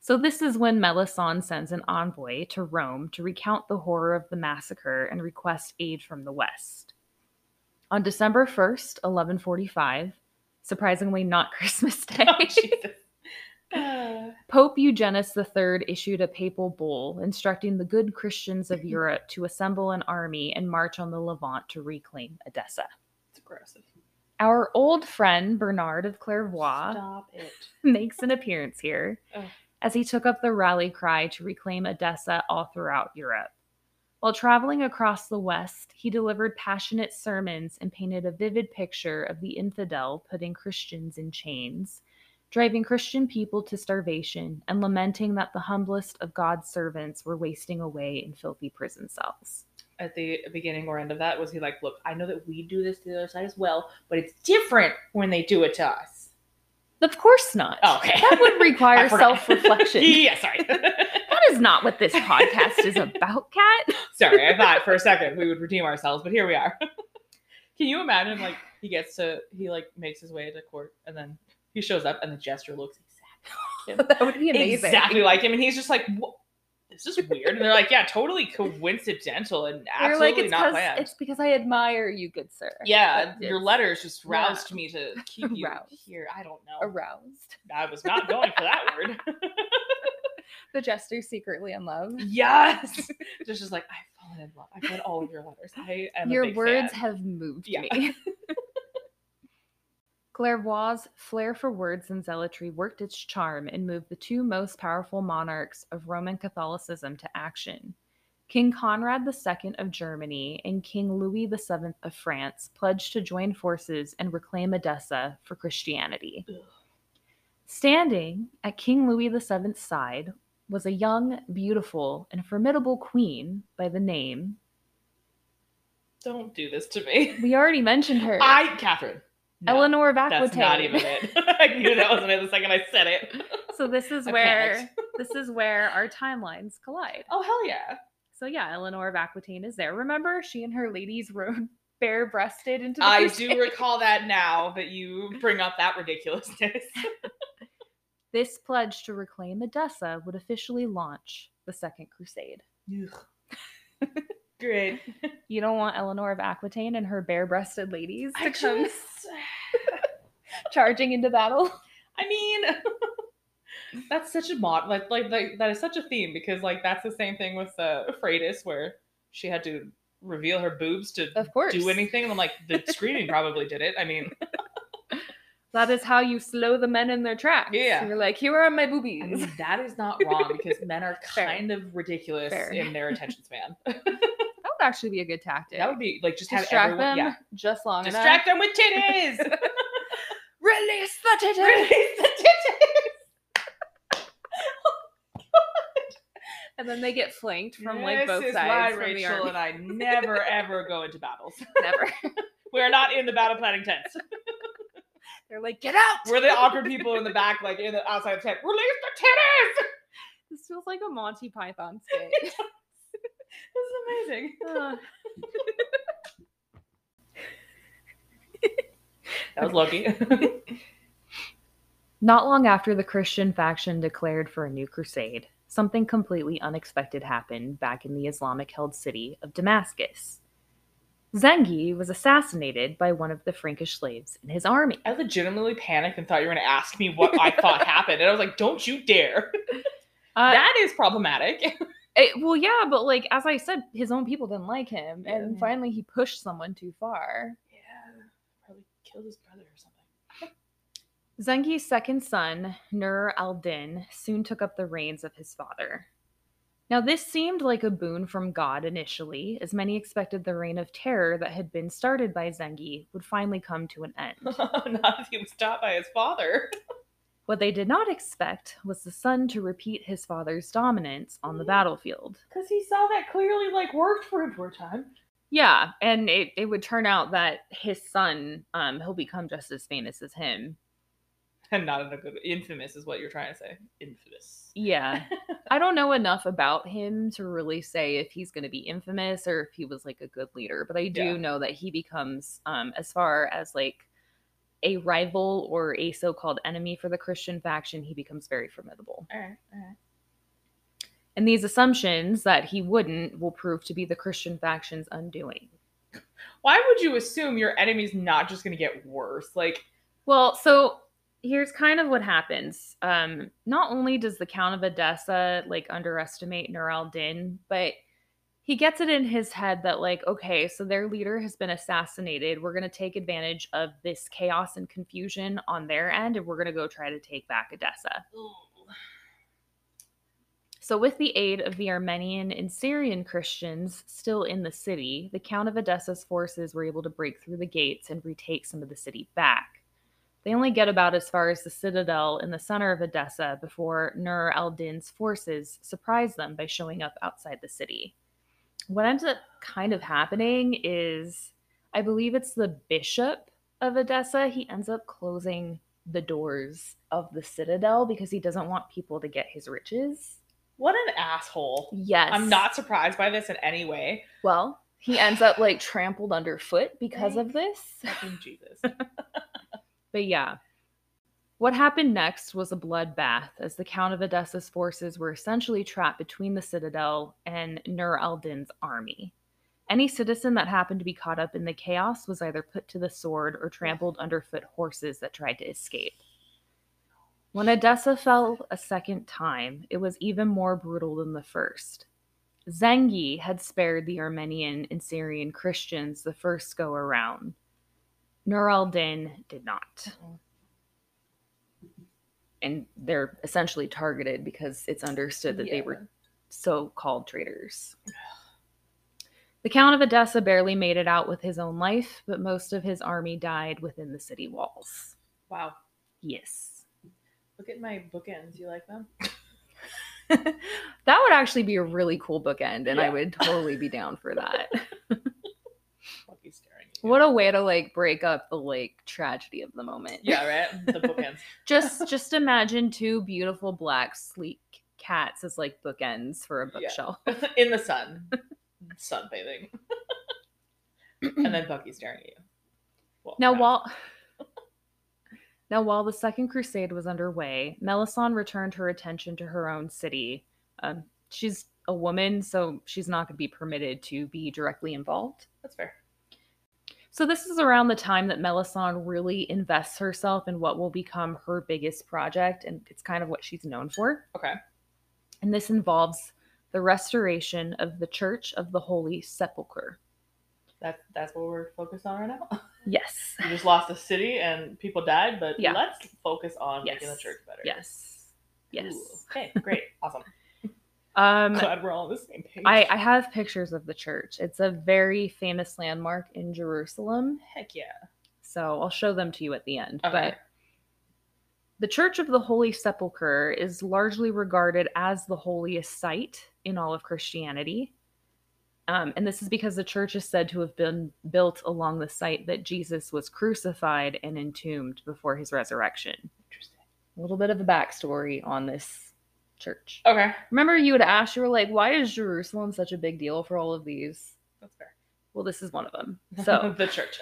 B: So, this is when Melisande sends an envoy to Rome to recount the horror of the massacre and request aid from the West. On December 1st, 1145, surprisingly not Christmas Day,
A: Oh, Jesus. Uh,
B: Pope Eugenius III issued a papal bull instructing the good Christians of Europe to assemble an army and march on the Levant to reclaim Edessa.
A: it's aggressive.
B: Our old friend Bernard of Clairvaux
A: Stop it.
B: makes an appearance here
A: Ugh.
B: as he took up the rally cry to reclaim Edessa all throughout Europe. While traveling across the West, he delivered passionate sermons and painted a vivid picture of the infidel putting Christians in chains, driving Christian people to starvation, and lamenting that the humblest of God's servants were wasting away in filthy prison cells.
A: At the beginning or end of that, was he like, look, I know that we do this to the other side as well, but it's different when they do it to us.
B: Of course not.
A: Oh, okay.
B: That would require
A: I forgot.
B: self reflection.
A: yeah, sorry.
B: That is not what this podcast is about, Kat.
A: sorry, I thought for a second we would redeem ourselves, but here we are. Can you imagine like he gets to he like makes his way to court and then he shows up and the jester looks exactly like him.
B: that would be amazing.
A: exactly like him and he's just like "Wha- this is weird and they're like yeah totally coincidental and
B: You're
A: absolutely
B: like, it's,
A: not
B: 'cause-
A: planned
B: it's because I admire you, good sir.
A: yeah
B: But
A: your
B: it's
A: letters just
B: yeah.
A: roused me to keep you
B: Roused.
A: here i don't know
B: Aroused.
A: i was not going for that word
B: The jester secretly in love.
A: yes just just like i've fallen in love i've read all of your letters i am a
B: Your
A: big
B: words
A: fan.
B: have moved
A: Yeah.
B: me. Clairvoy's flair for words and zealotry worked its charm and moved the two most powerful monarchs of Roman Catholicism to action. King Conrad II of Germany and King Louis VII of France pledged to join forces and reclaim Edessa for Christianity.
A: Ugh.
B: Standing at King Louis VII's side was a young, beautiful, and formidable queen by the name.
A: don't do this to me
B: We already mentioned her.
A: i catherine no,
B: Eleanor of
A: that's
B: Aquitaine.
A: not even it i knew that wasn't it the second i said it
B: so this is
A: I
B: where this is where our timelines collide.
A: oh hell yeah
B: So yeah, Eleanor of Aquitaine is there. Remember, she and her ladies rode bare-breasted into the
A: i
B: crusade?
A: do recall that now that you bring up that ridiculousness
B: This pledge to reclaim Edessa would officially launch the Second Crusade.
A: Ugh. great
B: You don't want Eleanor of Aquitaine and her bare-breasted ladies to
A: I
B: come
A: just-
B: charging into battle.
A: I mean, that's such a mod. Like, like, like that is such a theme because, like, that's the same thing with uh, Freitas where she had to reveal her boobs to
B: Of course.
A: do anything. And I'm like, the screaming probably did it. I mean,
B: That is how you slow the men in their tracks.
A: Yeah.
B: You're like, here are my boobies.
A: I mean that is not wrong because men are
B: Fair.
A: kind of ridiculous
B: Fair.
A: in their attention span.
B: that would actually be a good tactic.
A: That would be like just have
B: distract
A: everyone,
B: them
A: yeah,
B: just long
A: distract them
B: enough.
A: with titties.
B: Release the titties.
A: Release the titties.
B: And then they get flanked from like
A: This
B: both
A: is
B: sides
A: why
B: from the
A: Rachel
B: army.
A: and I never ever go into battles.
B: Never.
A: We are not in the battle planning tents.
B: They're like, get out.
A: We're the awkward people in the back, like in the outside tent. Release the titties!
B: This feels like a Monty Python skit.
A: This is amazing.
B: Ah.
A: That was Loki.
B: Not long after the Christian faction declared for a new crusade, something completely unexpected happened back in the Islamic held city of Damascus. Zengi was assassinated by one of the Frankish slaves in his army.
A: I legitimately panicked and thought you were going to ask me what I thought happened, and I was like, "Don't you dare!"
B: Uh,
A: that is problematic.
B: it- Eh, well, yeah, but like, as I said, his own people didn't like him,
A: Yeah.
B: and finally he pushed someone too far.
A: Yeah, probably killed his brother or something.
B: Zengi's second son, Nur al Din, soon took up the reins of his father. Now, this seemed like a boon from God initially, as many expected the reign of terror that had been started by Zengi would finally come to an end.
A: Not if he was taught by his father.
B: What they did not expect was the son to repeat his father's dominance on the battlefield.
A: Because he saw that clearly, like, worked for him for a time.
B: Yeah, and it, it would turn out that his son, um, he'll become just as famous as him.
A: And not in a good infamous is what you're trying to say. Infamous.
B: Yeah. I don't know enough about him to really say if he's going to be infamous or if he was like a good leader, but I do
A: Yeah.
B: know that he becomes, um, as far as like a rival or a so called enemy for the Christian faction, he becomes very formidable.
A: All right, all right.
B: And these assumptions that he wouldn't will prove to be the Christian faction's undoing.
A: Why would you assume your enemy's not just going to get worse? Like,
B: Well, so here's kind of what happens. Um, not only does the Count of Edessa like underestimate Nur al Din, but he gets it in his head that, like, okay, so their leader has been assassinated. We're going to take advantage of this chaos and confusion on their end, and we're going to go try to take back Edessa. So, with the aid of the Armenian and Syrian Christians still in the city, the Count of Edessa's forces were able to break through the gates and retake some of the city back. They only get about as far as the citadel in the center of Edessa before Nur al Din's forces surprise them by showing up outside the city. What ends up kind of happening is, I believe it's the bishop of Edessa, he ends up closing the doors of the citadel because he doesn't want people to get his riches.
A: what an asshole.
B: Yes.
A: I'm not surprised by this in any way.
B: Well, he ends up like trampled underfoot because
A: Right.
B: of this.
A: Fucking Jesus.
B: But yeah. What happened next was a bloodbath as the Count of Edessa's forces were essentially trapped between the citadel and Nur al Din's army. Any citizen that happened to be caught up in the chaos was either put to the sword or trampled underfoot horses that tried to escape. When Edessa fell a second time, it was even more brutal than the first. Zengi had spared the Armenian and Syrian Christians the first go around. Nur al Din did not.
A: Mm-mm.
B: And they're essentially targeted because it's understood that they
A: Yeah.
B: were so called traitors. The Count of Edessa barely made it out with his own life, but most of his army died within the city walls.
A: Wow.
B: Yes.
A: Look at my bookends. You like them?
B: that would actually be a really cool bookend, and I
A: Yeah.
B: would totally be down for that.
A: Fuck you staring at you.
B: what a way to like break up the like tragedy of the moment.
A: Yeah, right? The bookends.
B: just just imagine two beautiful black sleek cats as like bookends for a
A: Yeah.
B: bookshelf.
A: in the sun, sunbathing, and then Bucky staring at you. Well,
B: Now
A: no.
B: while now while the Second Crusade was underway, Melisande returned her attention to her own city. Um, she's a woman, so she's not going to be permitted to be directly involved.
A: that's fair.
B: So this is around the time that Melisande really invests herself in what will become her biggest project, and it's kind of what she's known for.
A: Okay.
B: And this involves the restoration of the Church of the Holy Sepulchre.
A: That that's what we're focused on right now.
B: Yes.
A: We just lost a city and people died, but
B: Yeah.
A: let's focus on making the
B: Yes.
A: church better.
B: Yes.
A: Ooh,
B: Yes.
A: Okay. Great. Awesome.
B: Um,
A: Glad we're all on the same page.
B: I, I have pictures of the church. It's a very famous landmark in Jerusalem.
A: heck yeah.
B: So I'll show them to you at the end.
A: Okay.
B: But the Church of the Holy Sepulchre is largely regarded as the holiest site in all of Christianity. Um, and this is because the church is said to have been built along the site that Jesus was crucified and entombed before his resurrection.
A: Interesting.
B: A little bit of a backstory on this church.
A: Okay.
B: Remember, you would ask, you were like, why is Jerusalem such a big deal for all of these?
A: That's fair.
B: Well, this is one of them. So,
A: the church.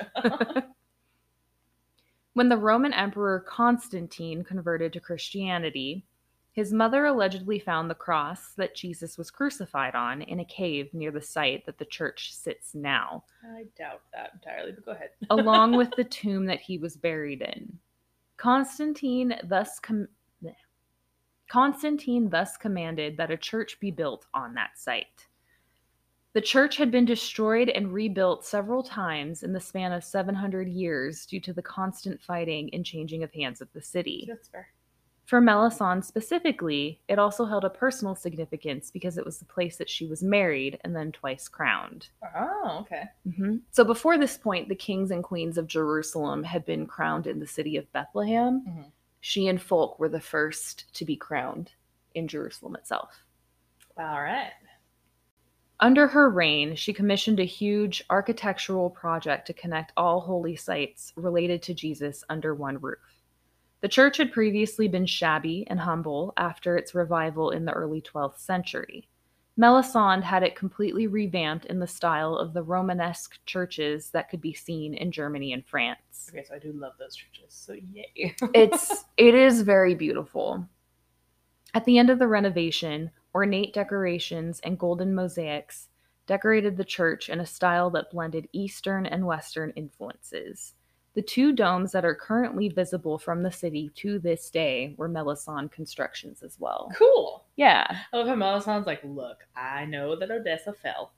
B: when the Roman Emperor Constantine converted to Christianity, his mother allegedly found the cross that Jesus was crucified on in a cave near the site that the church sits now,
A: I doubt that entirely, but go ahead.
B: along with the tomb that he was buried in. Constantine thus com- bleh. Constantine thus commanded that a church be built on that site. The church had been destroyed and rebuilt several times in the span of 700 years due to the constant fighting and changing of hands of the city.
A: That's fair.
B: For Melisande specifically, it also held a personal significance because it was the place that she was married and then twice crowned.
A: Oh, okay.
B: Mhm. So before this point, the kings and queens of Jerusalem had been crowned in the city of Bethlehem.
A: Mhm.
B: she and Fulk were the first to be crowned in Jerusalem itself.
A: All right.
B: Under her reign, she commissioned a huge architectural project to connect all holy sites related to Jesus under one roof. The church had previously been shabby and humble after its revival in the early 12th century. Melisande had it completely revamped in the style of the Romanesque churches that could be seen in Germany and France.
A: Okay, so I do love those churches. So yay.
B: It's it is very beautiful. At the end of the renovation, ornate decorations and golden mosaics decorated the church in a style that blended Eastern and Western influences. The two domes that are currently visible from the city to this day were Melisande constructions as well.
A: cool.
B: Yeah.
A: I love how Melisandre's like, look, I know that Odessa fell,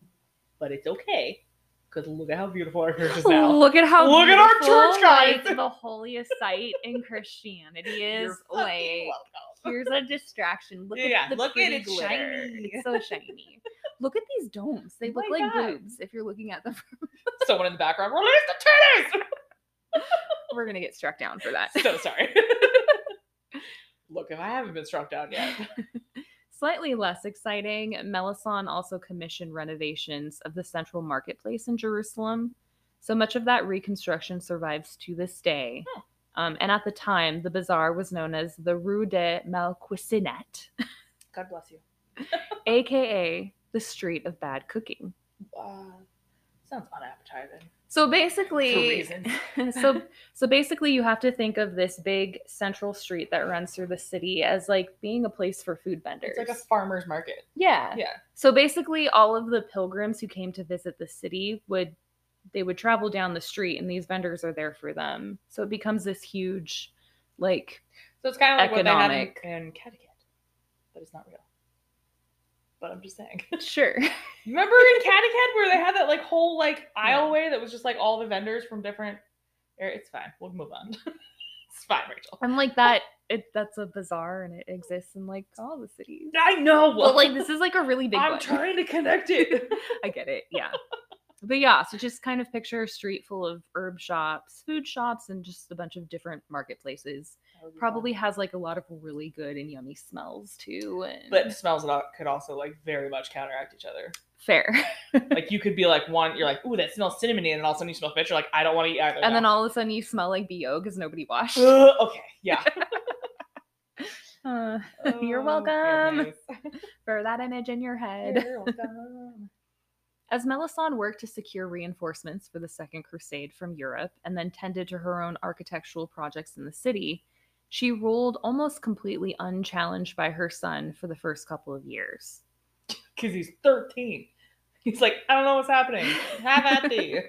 A: but it's okay. Because look at how beautiful our church is now.
B: Look at how
A: Look at our
B: beautiful,
A: church, guys.
B: like, the holiest site in Christianity
A: You're
B: is
A: fucking
B: like
A: welcome.
B: here's a distraction. Look
A: Yeah,
B: at the
A: look at
B: pretty
A: it, it's
B: glitter.
A: shiny. Oh
B: It's so shiny. look at these domes. They look
A: My
B: like
A: God.
B: boobs if you're looking at them.
A: Someone in the background, release the
B: We're gonna get struck down for that.
A: titties! so sorry. look, if I haven't been struck down yet.
B: Slightly less exciting, Melisande also commissioned renovations of the central marketplace in Jerusalem. So much of that reconstruction survives to this day.
A: Hmm.
B: Um, and at the time, the bazaar was known as the Rue de Malcuisinette,
A: God bless you.
B: aka the Street of Bad Cooking.
A: Uh, sounds unappetizing.
B: So basically,
A: For reasons.
B: so so basically, you have to think of this big central street that runs through the city as like being a place for food vendors.
A: It's like a farmer's market.
B: Yeah.
A: Yeah.
B: So basically all of the pilgrims who came to visit the city would they would travel down the street and these vendors are there for them. So it becomes this huge like
A: So it's kind of like
B: Economic.
A: what they had in, in Connecticut. But it's not real. But I'm just saying.
B: sure.
A: Remember in Connecticut where they had that like whole like aisleway that was just like all the vendors from different. er, It's fine. We'll move on. it's fine, Rachel.
B: I'm like that it that's a bazaar and it exists in like all the cities.
A: I know.
B: Well, like this is like a really big
A: I'm
B: one.
A: trying to connect it.
B: I get it. Yeah. But yeah, so just kind of picture a street full of herb shops, food shops, and just a bunch of different marketplaces. Probably has like a lot of really good and yummy smells too. And
A: But smells and all could also like very much counteract each other.
B: fair.
A: Like you could be like one, you're like, ooh, that smells cinnamony, and then all of a sudden you smell fish. You're like, I don't want to eat either.
B: and then
A: now.
B: all of a sudden you smell like BO because nobody washed.
A: Ugh, okay, yeah.
B: Uh, You're
A: Oh,
B: welcome.
A: goodness.
B: for that image in your head.
A: You're welcome.
B: As Melisande worked to secure reinforcements for the Second Crusade from Europe and then tended to her own architectural projects in the city, she ruled almost completely unchallenged by her son for the first couple of years.
A: Because he's 13. He's like, I don't know what's happening. Have at thee.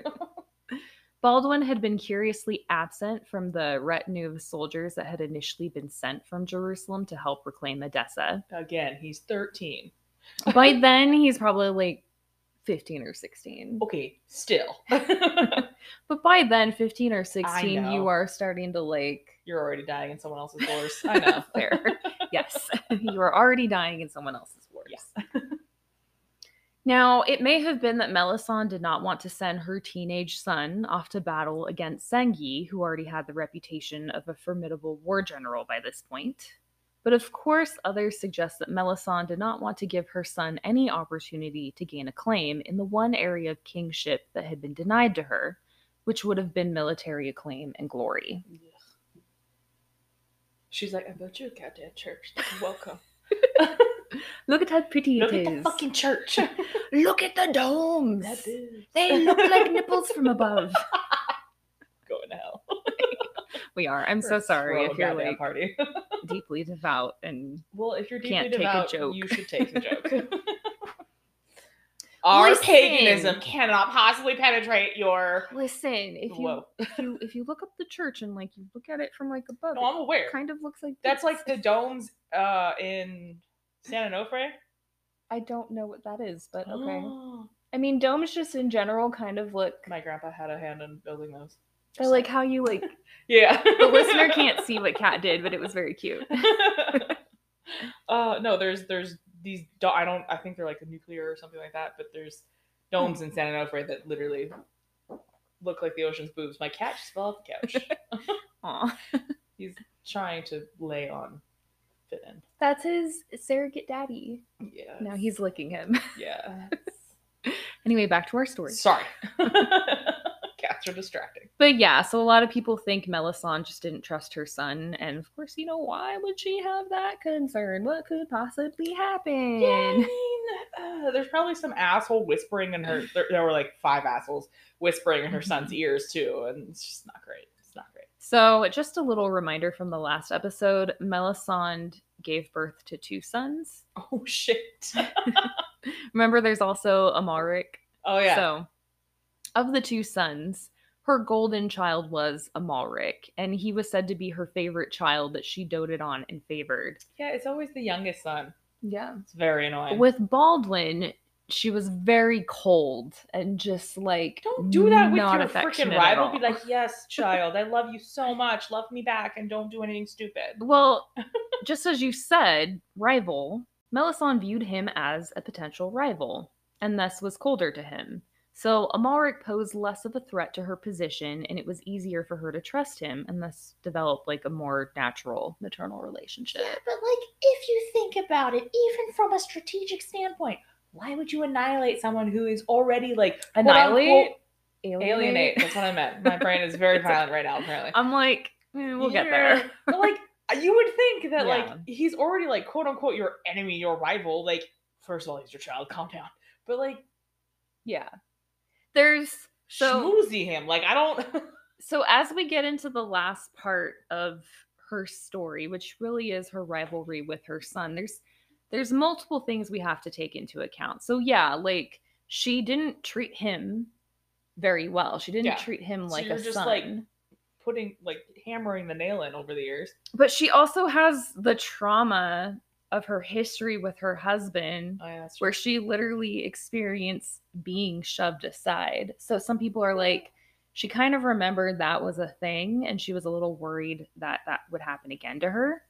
B: Baldwin had been curiously absent from the retinue of soldiers that had initially been sent from Jerusalem to help reclaim Edessa.
A: Again, he's 13.
B: By then, he's probably like 15 or 16.
A: Okay, still.
B: But by then, 15 or 16,
A: know.
B: you are starting to like.
A: You're already dying in someone else's horse. I know.
B: Fair. yes. you are already dying in someone else's words. now, it may have been that Melisande did not want to send her teenage son off to battle against Sengi, who already had the reputation of a formidable war general by this point. But of course, others suggest that Melisande did not want to give her son any opportunity to gain acclaim in the one area of kingship that had been denied to her, which would have been military acclaim and glory.
A: Ugh. She's like, I built you a goddamn church. Like, Welcome.
B: Look at how pretty
A: Look
B: it
A: at
B: is.
A: the fucking church.
B: Look at the domes.
A: That is
B: They look like nipples from above.
A: going to hell.
B: We are. I'm so
A: Or
B: sorry
A: throw
B: if
A: a
B: you're
A: goddamn
B: like
A: party.
B: deeply devout and
A: well, if you're deeply
B: Can't take a
A: devout,
B: joke.
A: you should take the joke. Our
B: Listen.
A: paganism cannot possibly penetrate your.
B: listen. If you
A: Whoa.
B: if you if you look up the church and like you look at it from like above,
A: No, I'm aware.
B: it kind of looks like
A: That's
B: this.
A: like the domes uh, in San Onofre.
B: I don't know what that is, but okay.
A: Oh.
B: I mean, domes just in general kind of look.
A: My grandpa had a hand in building those.
B: I like how you like
A: Yeah.
B: the listener can't see what Kat did, but it was very cute.
A: uh, no, there's there's these. Do- I don't. I think they're like nuclear or something like that. But there's
B: Hmm.
A: domes in San Onofre that literally look like the ocean's boobs. My cat just fell off the couch.
B: Aw.
A: trying to lay on fit in.
B: That's his surrogate daddy.
A: Yeah.
B: Now he's licking him.
A: Yeah.
B: anyway, back to our story.
A: Sorry. Cats are distracting.
B: But yeah, so a lot of people think Melisande just didn't trust her son. And of course, you know, why would she have that concern? What could possibly happen?
A: Yeah, I mean, uh, there's probably some asshole whispering in her. There, there were like five assholes whispering in her son's
B: Mm-hmm.
A: ears too, and it's just not great. It's not great.
B: So, just a little reminder from the last episode Melisande gave birth to two sons.
A: Oh shit.
B: Remember, there's also Amaric.
A: Oh yeah.
B: So, of the two sons, her golden child was Amalric, and he was said to be her favorite child that she doted on and favored.
A: yeah, it's always the youngest son.
B: Yeah.
A: It's very annoying.
B: With Baldwin, she was very cold and just like
A: don't do that with
B: not
A: your
B: affectionate
A: freaking
B: at
A: rival.
B: all.
A: Be like, yes, child, I love you so much. Love me back, and don't do anything stupid.
B: Well, just as you said, rival, Melisande viewed him as a potential rival and thus was colder to him. So Amalric posed less of a threat to her position and it was easier for her to trust him and thus develop like a more natural maternal relationship.
A: Yeah, but like if you think about it, even from a strategic standpoint, why would you annihilate someone who is already like quote
B: Annihilate?
A: unquote, alienate? That's what I meant. My brain is very violent right now, apparently.
B: I'm like, eh, we'll get there.
A: but like you would think that like
B: Yeah.
A: he's already like quote unquote your enemy, your rival. Like first of all, he's your child. Calm down. But like
B: Yeah. There's so
A: schmoozy him. Like I don't.
B: so as we get into the last part of her story which really is her rivalry with her son there's there's multiple things we have to take into account so yeah like she didn't treat him very well she didn't
A: Yeah.
B: treat him
A: So
B: like
A: you're
B: a
A: just,
B: son
A: like- putting like hammering the nail in over the years.
B: but she also has the trauma of her history with her husband
A: Oh yeah, that's
B: where she literally experienced being shoved aside. So some people are like, she kind of remembered that was a thing and she was a little worried that that would happen again to her.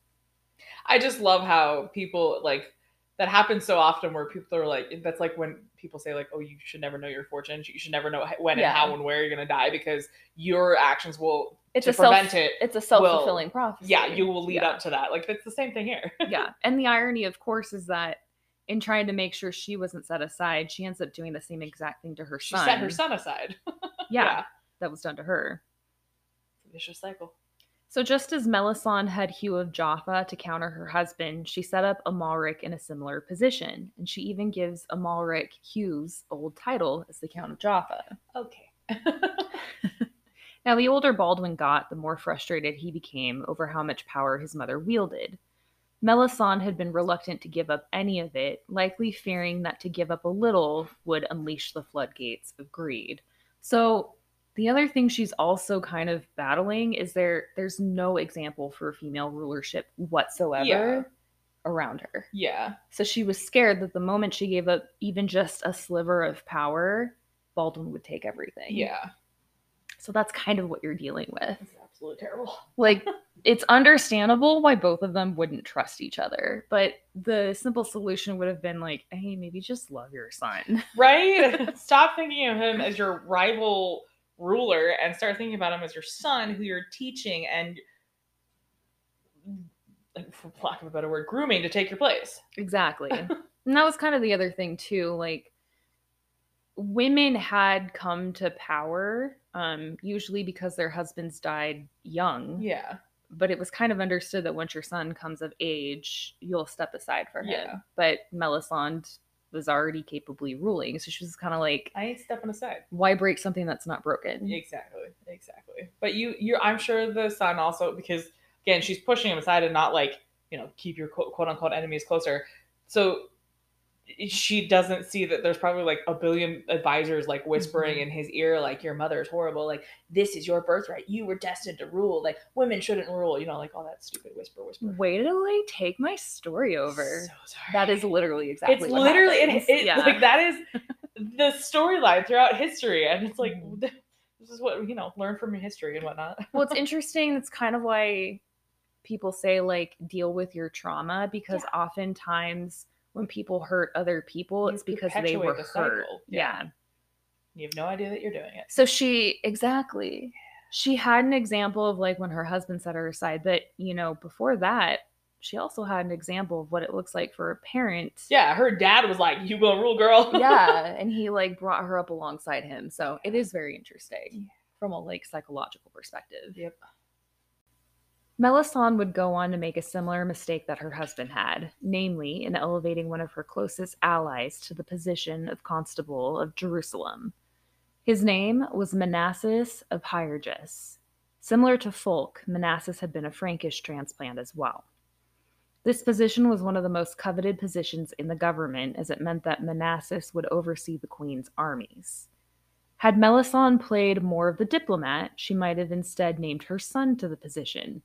A: I just love how people like that happens so often where people are like that's like when people say like oh you should never know your fortune you should never know h- when
B: Yeah.
A: and how and where you're gonna die because your actions will
B: It's
A: to
B: a self
A: prevent it
B: it's a self-fulfilling prophecy.
A: yeah you will lead
B: Yeah.
A: up to that like it's the same thing here
B: yeah. And the irony of course is that in trying to make sure she wasn't set aside, she ends up doing the same exact thing to her
A: she
B: son.
A: set her son aside
B: yeah,
A: yeah.
B: that was done to her.
A: vicious cycle
B: So just as Melisande had Hugh of Jaffa to counter her husband, she set up Amalric in a similar position, and she even gives Amalric Hugh's old title as the Count of Jaffa.
A: okay
B: Now, the older Baldwin got, the more frustrated he became over how much power his mother wielded. Melisande had been reluctant to give up any of it, likely fearing that to give up a little would unleash the floodgates of greed. So, the other thing she's also kind of battling is there there's no example for female rulership whatsoever
A: Yeah.
B: around her.
A: yeah
B: So she was scared that the moment she gave up even just a sliver of power, Baldwin would take everything.
A: yeah
B: So that's kind of what you're dealing with.
A: it's absolutely terrible
B: Like, it's understandable why both of them wouldn't trust each other, but the simple solution would have been like, hey, maybe just love your son.
A: right stop thinking of him as your rival ruler and start thinking about him as your son who you're teaching and like, for lack of a better word grooming to take your place
B: Exactly. and that was kind of the other thing, too. Like, women had come to power, um, usually because their husbands died young.
A: yeah
B: but it was kind of understood that once your son comes of age, you'll step aside for him.
A: Yeah.
B: But Melisande was already capably ruling, so she was kind of like,
A: i ain't stepping aside
B: "Why break something that's not broken?"
A: exactly exactly but you you i'm sure the son also because again she's pushing him aside and not like you know keep your quote, quote unquote enemies closer so she doesn't see that there's probably like a billion advisors like whispering in
B: Mm-hmm.
A: his ear like your mother is horrible like this is your birthright you were destined to rule like women shouldn't rule you know like all that stupid whisper whisper
B: Way to like take my story over.
A: So sorry.
B: that is literally exactly.
A: it's
B: what
A: literally it,
B: happens.
A: it
B: yeah.
A: like that is the storyline throughout history and it's like
B: Mhm.
A: this is what you know learn from your history and whatnot
B: well, it's interesting. It's kind of why people say like deal with your trauma because oftentimes when people hurt other people,
A: You
B: it's because they
A: perpetuate
B: were
A: the
B: hurt.
A: cycle.
B: yeah.
A: Yeah. You have no idea that you're doing it.
B: So she exactly. she had an example of like when her husband set her aside, but you know, before that, she also had an example of what it looks like for a parent.
A: Yeah, her dad was like, "You will rule, girl."
B: yeah, and he like brought her up alongside him. So it is very interesting from a like psychological perspective.
A: Yep.
B: Melisande would go on to make a similar mistake that her husband had, namely in elevating one of her closest allies to the position of constable of Jerusalem. His name was Manassas of Hierges. Similar to Fulk, Manassas had been a Frankish transplant as well. This position was one of the most coveted positions in the government, as it meant that Manassas would oversee the queen's armies. Had Melisande played more of the diplomat, she might have instead named her son to the position.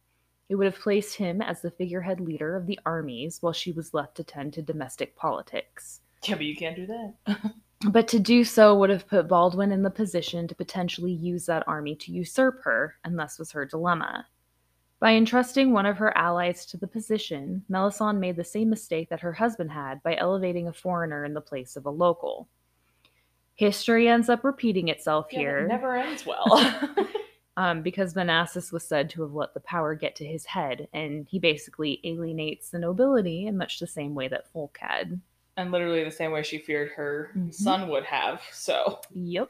B: It would have placed him as the figurehead leader of the armies while she was left to tend to domestic politics.
A: Yeah, but you can't do that.
B: But to do so would have put Baldwin in the position to potentially use that army to usurp her, and thus was her dilemma. By entrusting one of her allies to the position, Melisande made the same mistake that her husband had by elevating a foreigner in the place of a local. History ends up repeating itself
A: Yeah, that
B: here
A: never ends well.
B: um, because Manassas was said to have let the power get to his head, and he basically alienates the nobility in much the same way that Folk had.
A: and literally the same way she feared her
B: Mhm.
A: son would have. So
B: Yep.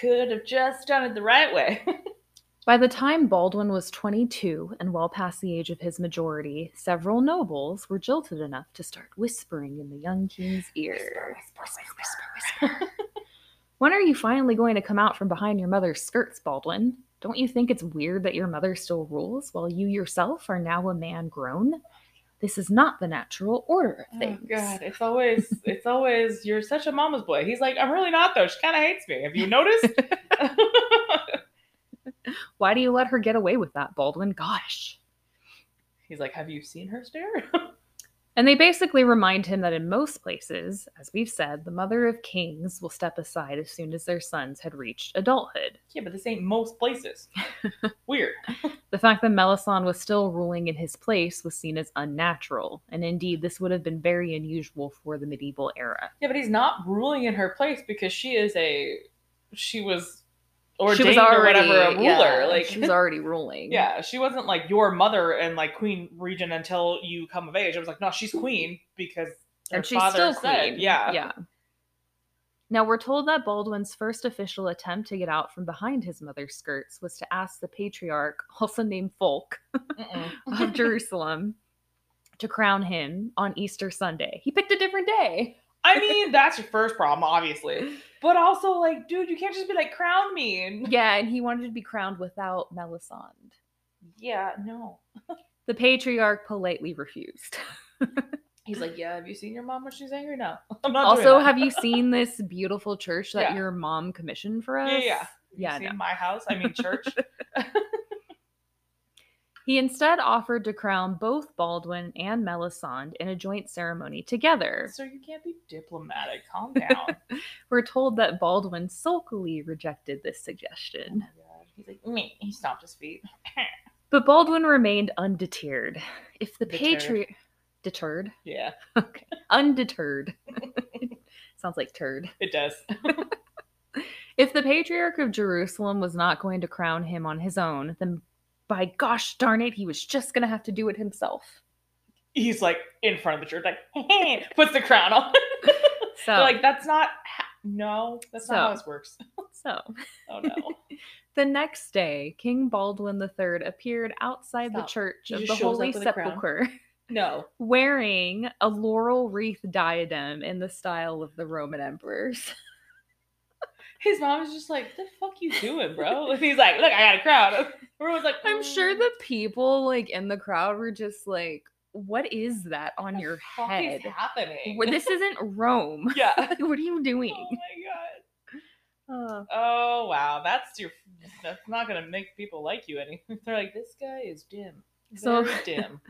A: could have just done it the right way.
B: By the time Baldwin was 22 and well past the age of his majority, several nobles were jilted enough to start whispering in the young king's ear. When are you finally going to come out from behind your mother's skirts, Baldwin? Don't you think it's weird that your mother still rules while you yourself are now a man grown? This is not the natural order of
A: Oh
B: things.
A: God, it's always it's always you're such a mama's boy. He's like, I'm really not though. She kind of hates me. Have you noticed?
B: Why do you let her get away with that, Baldwin? Gosh.
A: He's like, Have you seen her stare?
B: And they basically remind him that in most places, as we've said, the mother of kings will step aside as soon as their sons had reached adulthood.
A: yeah, but this ain't most places. Weird.
B: The fact that Melisande was still ruling in his place was seen as unnatural, and indeed, this would have been very unusual for the medieval era.
A: Yeah, but he's not ruling in her place because she is a she was
B: Or
A: ordained or whatever a ruler. like
B: she was already ruling.
A: Yeah, she wasn't like your mother and like queen regent until you come of age. I was like, no, she's queen because her
B: and she's
A: father
B: still
A: said,
B: queen.
A: yeah,
B: yeah. Now we're told that Baldwin's first official attempt to get out from behind his mother's skirts was to ask the patriarch, also named Folk,
A: Mm-mm.
B: of Jerusalem to crown him on Easter Sunday. He picked a different day.
A: I mean, that's your first problem, obviously. But also, like, dude, you can't just be like, crown me. And...
B: Yeah, and he wanted to be crowned without Melisande.
A: Yeah, no.
B: The patriarch politely refused.
A: He's like, yeah, have you seen your mom when she's angry? No, I'm not. doing
B: also,
A: that.
B: have you seen this beautiful church that
A: Yeah.
B: your mom commissioned for us?
A: Yeah, yeah. You
B: Yeah,
A: seen
B: no.
A: my house? I mean, church.
B: He instead offered to crown both Baldwin and Melisande in a joint ceremony together.
A: so you can't be diplomatic. Calm down. Oh
B: We're told that Baldwin sulkily rejected this suggestion.
A: my God. He's like, me. He stomped his feet.
B: But Baldwin remained undeterred. If the
A: Deterred.
B: patriarch deterred,
A: Yeah,
B: okay, undeterred. Sounds like turd.
A: it does.
B: If the patriarch of Jerusalem was not going to crown him on his own, then by gosh darn it, he was just going to have to do it himself.
A: He's like in front of the church, like, puts the crown on.
B: So,
A: They're like that's not ha- no that's not how
B: Oh. So-
A: this works
B: so
A: oh no
B: the next day, King Baldwin III appeared outside
A: Stop.
B: the church
A: He
B: of
A: just
B: the
A: shows up
B: Holy
A: with a crown.
B: Sepulchre,
A: no
B: wearing a laurel wreath diadem in the style of the Roman emperors.
A: his mom is just like the fuck you doing bro and he's like look i got a crowd everyone's like
B: I'm sure
A: "Mm,
B: the people like in the crowd were just like, "What is that on
A: the
B: your
A: fuck
B: head?
A: is happening
B: Wh- this isn't Rome.
A: yeah oh
B: what are you
A: my
B: doing?"
A: god
B: Uh,
A: oh wow that's your that's not gonna make people like you any they're like this guy is dim
B: So-
A: so dim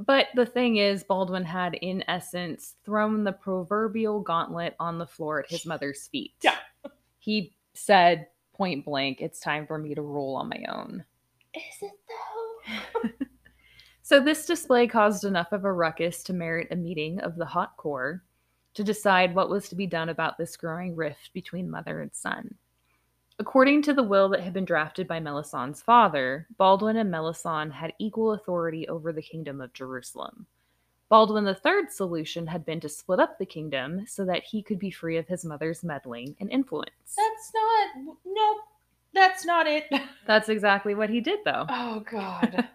B: but the thing is, Baldwin had, in essence, thrown the proverbial gauntlet on the floor at his mother's feet.
A: Yeah.
B: he said point blank, "It's time for me to rule on my own."
A: is it though
B: So, this display caused enough of a ruckus to merit a meeting of the Hot Corps to decide what was to be done about this growing rift between mother and son. According to the will that had been drafted by Melisandre's father, Baldwin and Melisandre had equal authority over the kingdom of Jerusalem. Baldwin III's solution had been to split up the kingdom so that he could be free of his mother's meddling and influence.
A: That's not. Nope. That's not it.
B: That's exactly what he did, though.
A: Oh, God.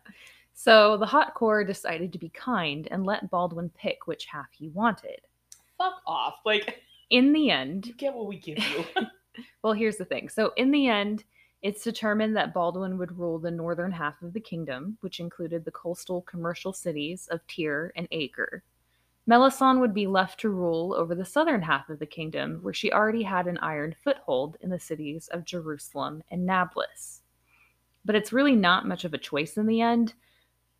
B: So the Hot Corps decided to be kind and let Baldwin pick which half he wanted.
A: Fuck off. Like,
B: In the end,
A: you get what we give you.
B: Well, here's the thing. So, in the end, it's determined that Baldwin would rule the northern half of the kingdom, which included the coastal commercial cities of Tyr and Acre. Melisande would be left to rule over the southern half of the kingdom, where she already had an iron foothold in the cities of Jerusalem and Nablus. But it's really not much of a choice in the end.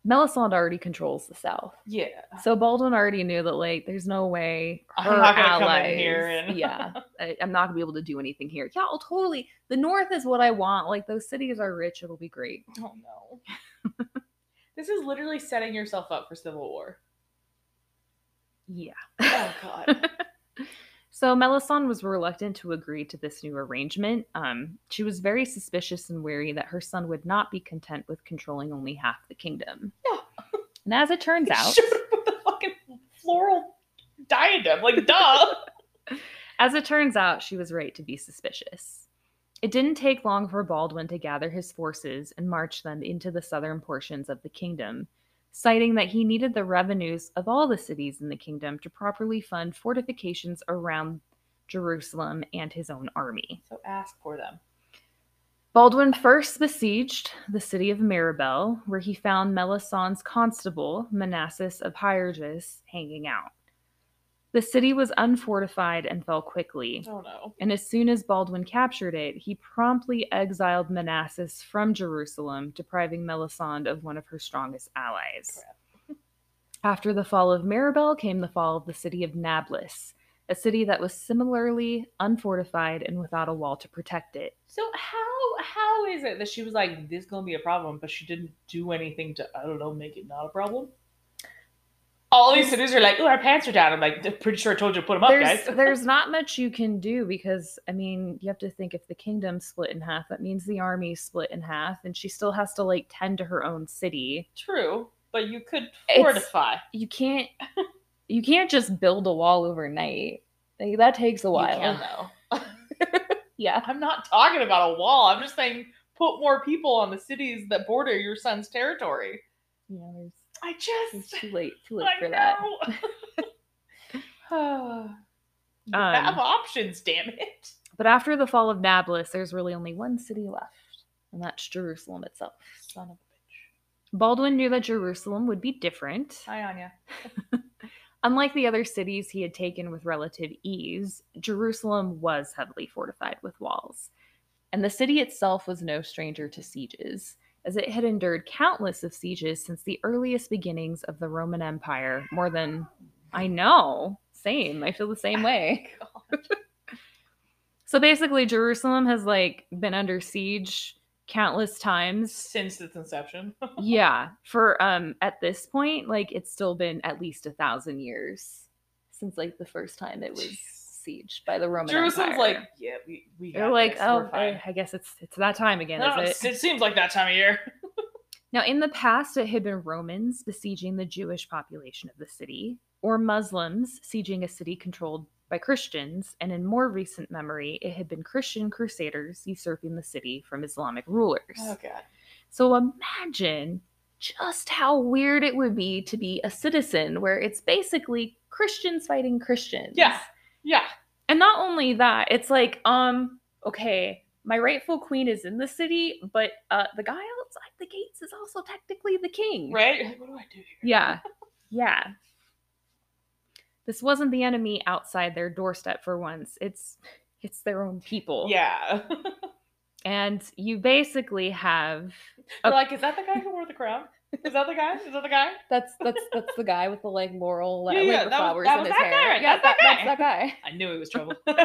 B: Melisande already controls the south.
A: yeah.
B: So Baldwin already knew that, like, there's no way
A: I'm
B: her
A: not gonna come in
B: allies.
A: here and-
B: yeah, I, I'm not gonna be able to do anything here. Yeah, I'll totally. The North is what I want. Like those cities are rich. It'll be great.
A: Oh, no. this is literally setting yourself up for civil war.
B: Yeah.
A: Oh, God.
B: So Melisande was reluctant to agree to this new arrangement. Um, she was very suspicious and wary that her son would not be content with controlling only half the kingdom.
A: No.
B: And as it turns out,
A: Showed up with a fucking floral diadem. Like, duh.
B: As it turns out, she was right to be suspicious. It didn't take long for Baldwin to gather his forces and march them into the southern portions of the kingdom, citing that he needed the revenues of all the cities in the kingdom to properly fund fortifications around Jerusalem and his own army.
A: so ask for them.
B: Baldwin first besieged the city of Maribel, where he found Melisandre's constable, Manassas of Hyrges, hanging out. The city was unfortified and fell quickly.
A: Oh, no.
B: And as soon as Baldwin captured it, he promptly exiled Manassas from Jerusalem, depriving Melisande of one of her strongest allies. After the fall of Maribel came the fall of the city of Nablus, a city that was similarly unfortified and without a wall to protect it.
A: So how how is it that she was like, this gonna be a problem, but she didn't do anything to I don't know, make it not a problem? All these cities are like, oh, our pants are down. I'm like, "I'm pretty sure I told you to put them up,
B: There's,
A: guys.
B: there's not much you can do because, I mean, you have to think if the kingdom split in half, that means the army split in half, and she still has to like tend to her own city.
A: True, but you could
B: It's-
A: fortify.
B: you can't you can't just build a wall overnight. Like, that takes a
A: You
B: while.
A: can, though.
B: Yeah.
A: I'm not talking about a wall. I'm just saying put more people on the cities that border your son's territory.
B: Yeah, there's,
A: I just
B: it's too late too late
A: I
B: for that.
A: know. you have
B: Um,
A: options, damn it.
B: But after the fall of Nablus, there's really only one city left, and that's Jerusalem itself.
A: Son of a bitch.
B: Baldwin knew that Jerusalem would be different.
A: Hi, Anya.
B: Unlike the other cities he had taken with relative ease, Jerusalem was heavily fortified with walls. And the city itself was no stranger to sieges, as it had endured countless of sieges since the earliest beginnings of the Roman Empire, more than I know. Same. I feel the same way. so basically Jerusalem has like been under siege countless times
A: Since its inception.
B: yeah for um at this point like it's still been at least a thousand years since like the first time it was
A: Jeez.
B: sieged by the roman
A: Jerusalem's
B: Empire.
A: like, yeah, we, we
B: they're
A: got
B: like
A: this.
B: oh
A: We're fine."
B: I, I guess it's it's that time again
A: No,
B: is
A: it's-
B: it
A: it seems like that time of year.
B: now in the past it had been romans besieging the jewish population of the city or muslims sieging a city controlled by christians and in more recent memory it had been christian crusaders usurping the city from islamic rulers
A: Oh god.
B: So imagine just how weird it would be to be a citizen where it's basically Christians fighting Christians.
A: Yeah. Yeah.
B: And not only that, it's like, um, okay, my rightful queen is in the city, but uh the guy outside the gates is also technically the king.
A: Right? You're like, what do I do here?
B: Yeah. Yeah. This wasn't the enemy outside their doorstep for once. It's it's their own people.
A: Yeah.
B: And you basically have Oh.
A: You're like, is that the guy who wore the crown? Is that the guy? Is that the guy?
B: That's that's that's the guy with the like laurel
A: Yeah,
B: like,
A: yeah,
B: the
A: that was-
B: flowers
A: that
B: in
A: was
B: his
A: that
B: hair.
A: guy right
B: yeah,
A: there, that
B: that-
A: guy.
B: that's that guy.
A: I knew he was trouble.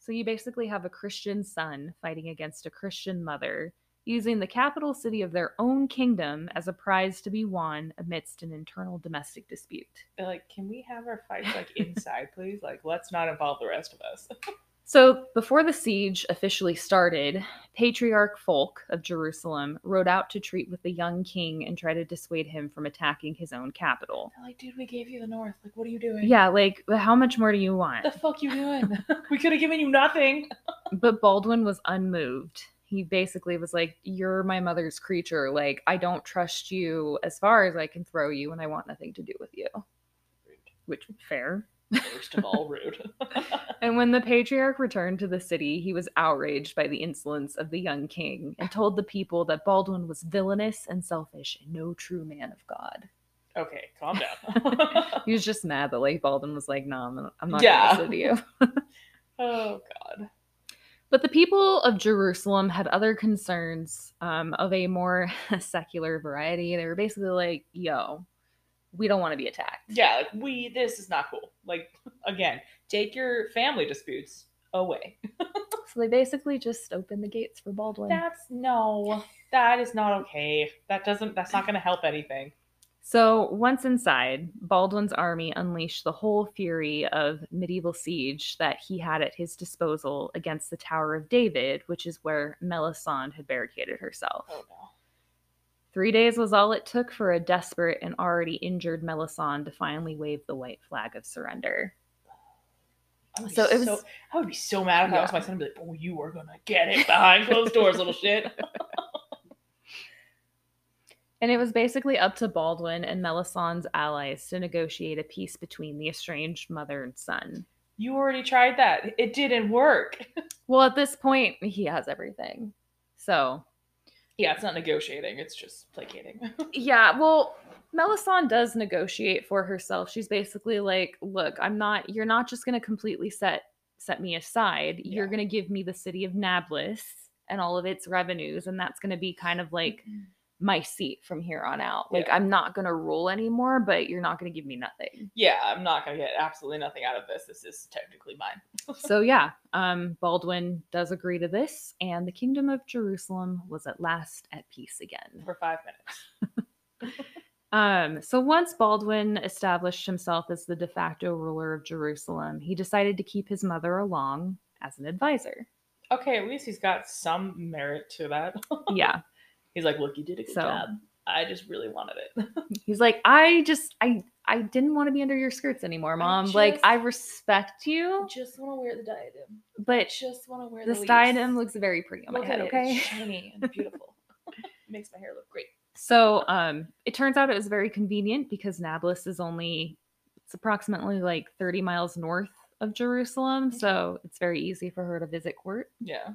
B: So you basically have a Christian son fighting against a Christian mother, using the capital city of their own kingdom as a prize to be won amidst an internal domestic dispute.
A: They're like, can we have our fights like inside, please? Like, let's not involve the rest of us.
B: So, before the siege officially started, Patriarch Folk of Jerusalem rode out to treat with the young king and try to dissuade him from attacking his own capital.
A: They're like, dude, we gave you the north. Like, what are you doing?
B: Yeah, like, how much more do you want?
A: The fuck you doing? we could have given you nothing.
B: But Baldwin was unmoved. He basically was like, You're my mother's creature. Like, I don't trust you as far as I can throw you, and I want nothing to do with you. Which, fair.
A: First of all, rude.
B: And when the patriarch returned to the city, he was outraged by the insolence of the young king and told the people that Baldwin was villainous and selfish and no true man of God.
A: okay, calm down.
B: He was just mad that like Baldwin was like, "No, I'm, I'm not
A: Yeah.
B: going to listen to you."
A: oh god.
B: But the people of Jerusalem had other concerns um, of a more secular variety. They were basically like, "Yo, we don't want to be attacked."
A: Yeah, like we this is not cool. Like again, take your family disputes away.
B: Mm-hmm. So they basically just opened the gates for Baldwin.
A: That's no. That is not okay. That doesn't that's not gonna help anything.
B: So once inside, Baldwin's army unleashed the whole fury of medieval siege that he had at his disposal against the Tower of David, which is where Melisande had barricaded herself.
A: Oh no.
B: Three days was all it took for a desperate and already injured Melisande to finally wave the white flag of surrender.
A: I would be
B: So it was-
A: I would be so mad if that was
B: Yeah.
A: my son and be like, Oh, you are gonna get it behind closed doors, little shit.
B: And it was basically up to Baldwin and Melisande's allies to negotiate a peace between the estranged mother and son.
A: You already tried that. It didn't work.
B: Well, at this point, he has everything. So
A: Yeah, it's not negotiating, it's just placating.
B: Yeah, well, Melisande does negotiate for herself. She's basically like, "Look, I'm not. You're not just going to completely set set me aside. You're
A: Yeah.
B: going to give me the city of Nablus and all of its revenues, and that's going to be kind of like my seat from here on out. Like,
A: Yeah.
B: I'm not going to rule anymore, but you're not going to give me nothing.
A: yeah, I'm not gonna get absolutely nothing out of this. This is technically mine.
B: so yeah, um, Baldwin does agree to this, and the kingdom of Jerusalem was at last at peace again.
A: For five minutes.
B: Um, so once Baldwin established himself as the de facto ruler of Jerusalem, he decided to keep his mother along as an advisor.
A: Okay, at least he's got some merit to that.
B: Yeah.
A: He's like, look, you did a good
B: So-
A: job. I just really wanted it.
B: He's like, I just I I didn't want to be under your skirts anymore, mom. Like,
A: just-
B: I respect you,
A: just want to wear the diadem.
B: but
A: just want to wear
B: this diadem looks very pretty on my head, okay?
A: shiny and beautiful. Makes my hair look great.
B: So um it turns out it was very convenient because Nablus is only it's approximately like 30 miles north of Jerusalem,
A: Okay.
B: so it's very easy for her to visit court.
A: Yeah.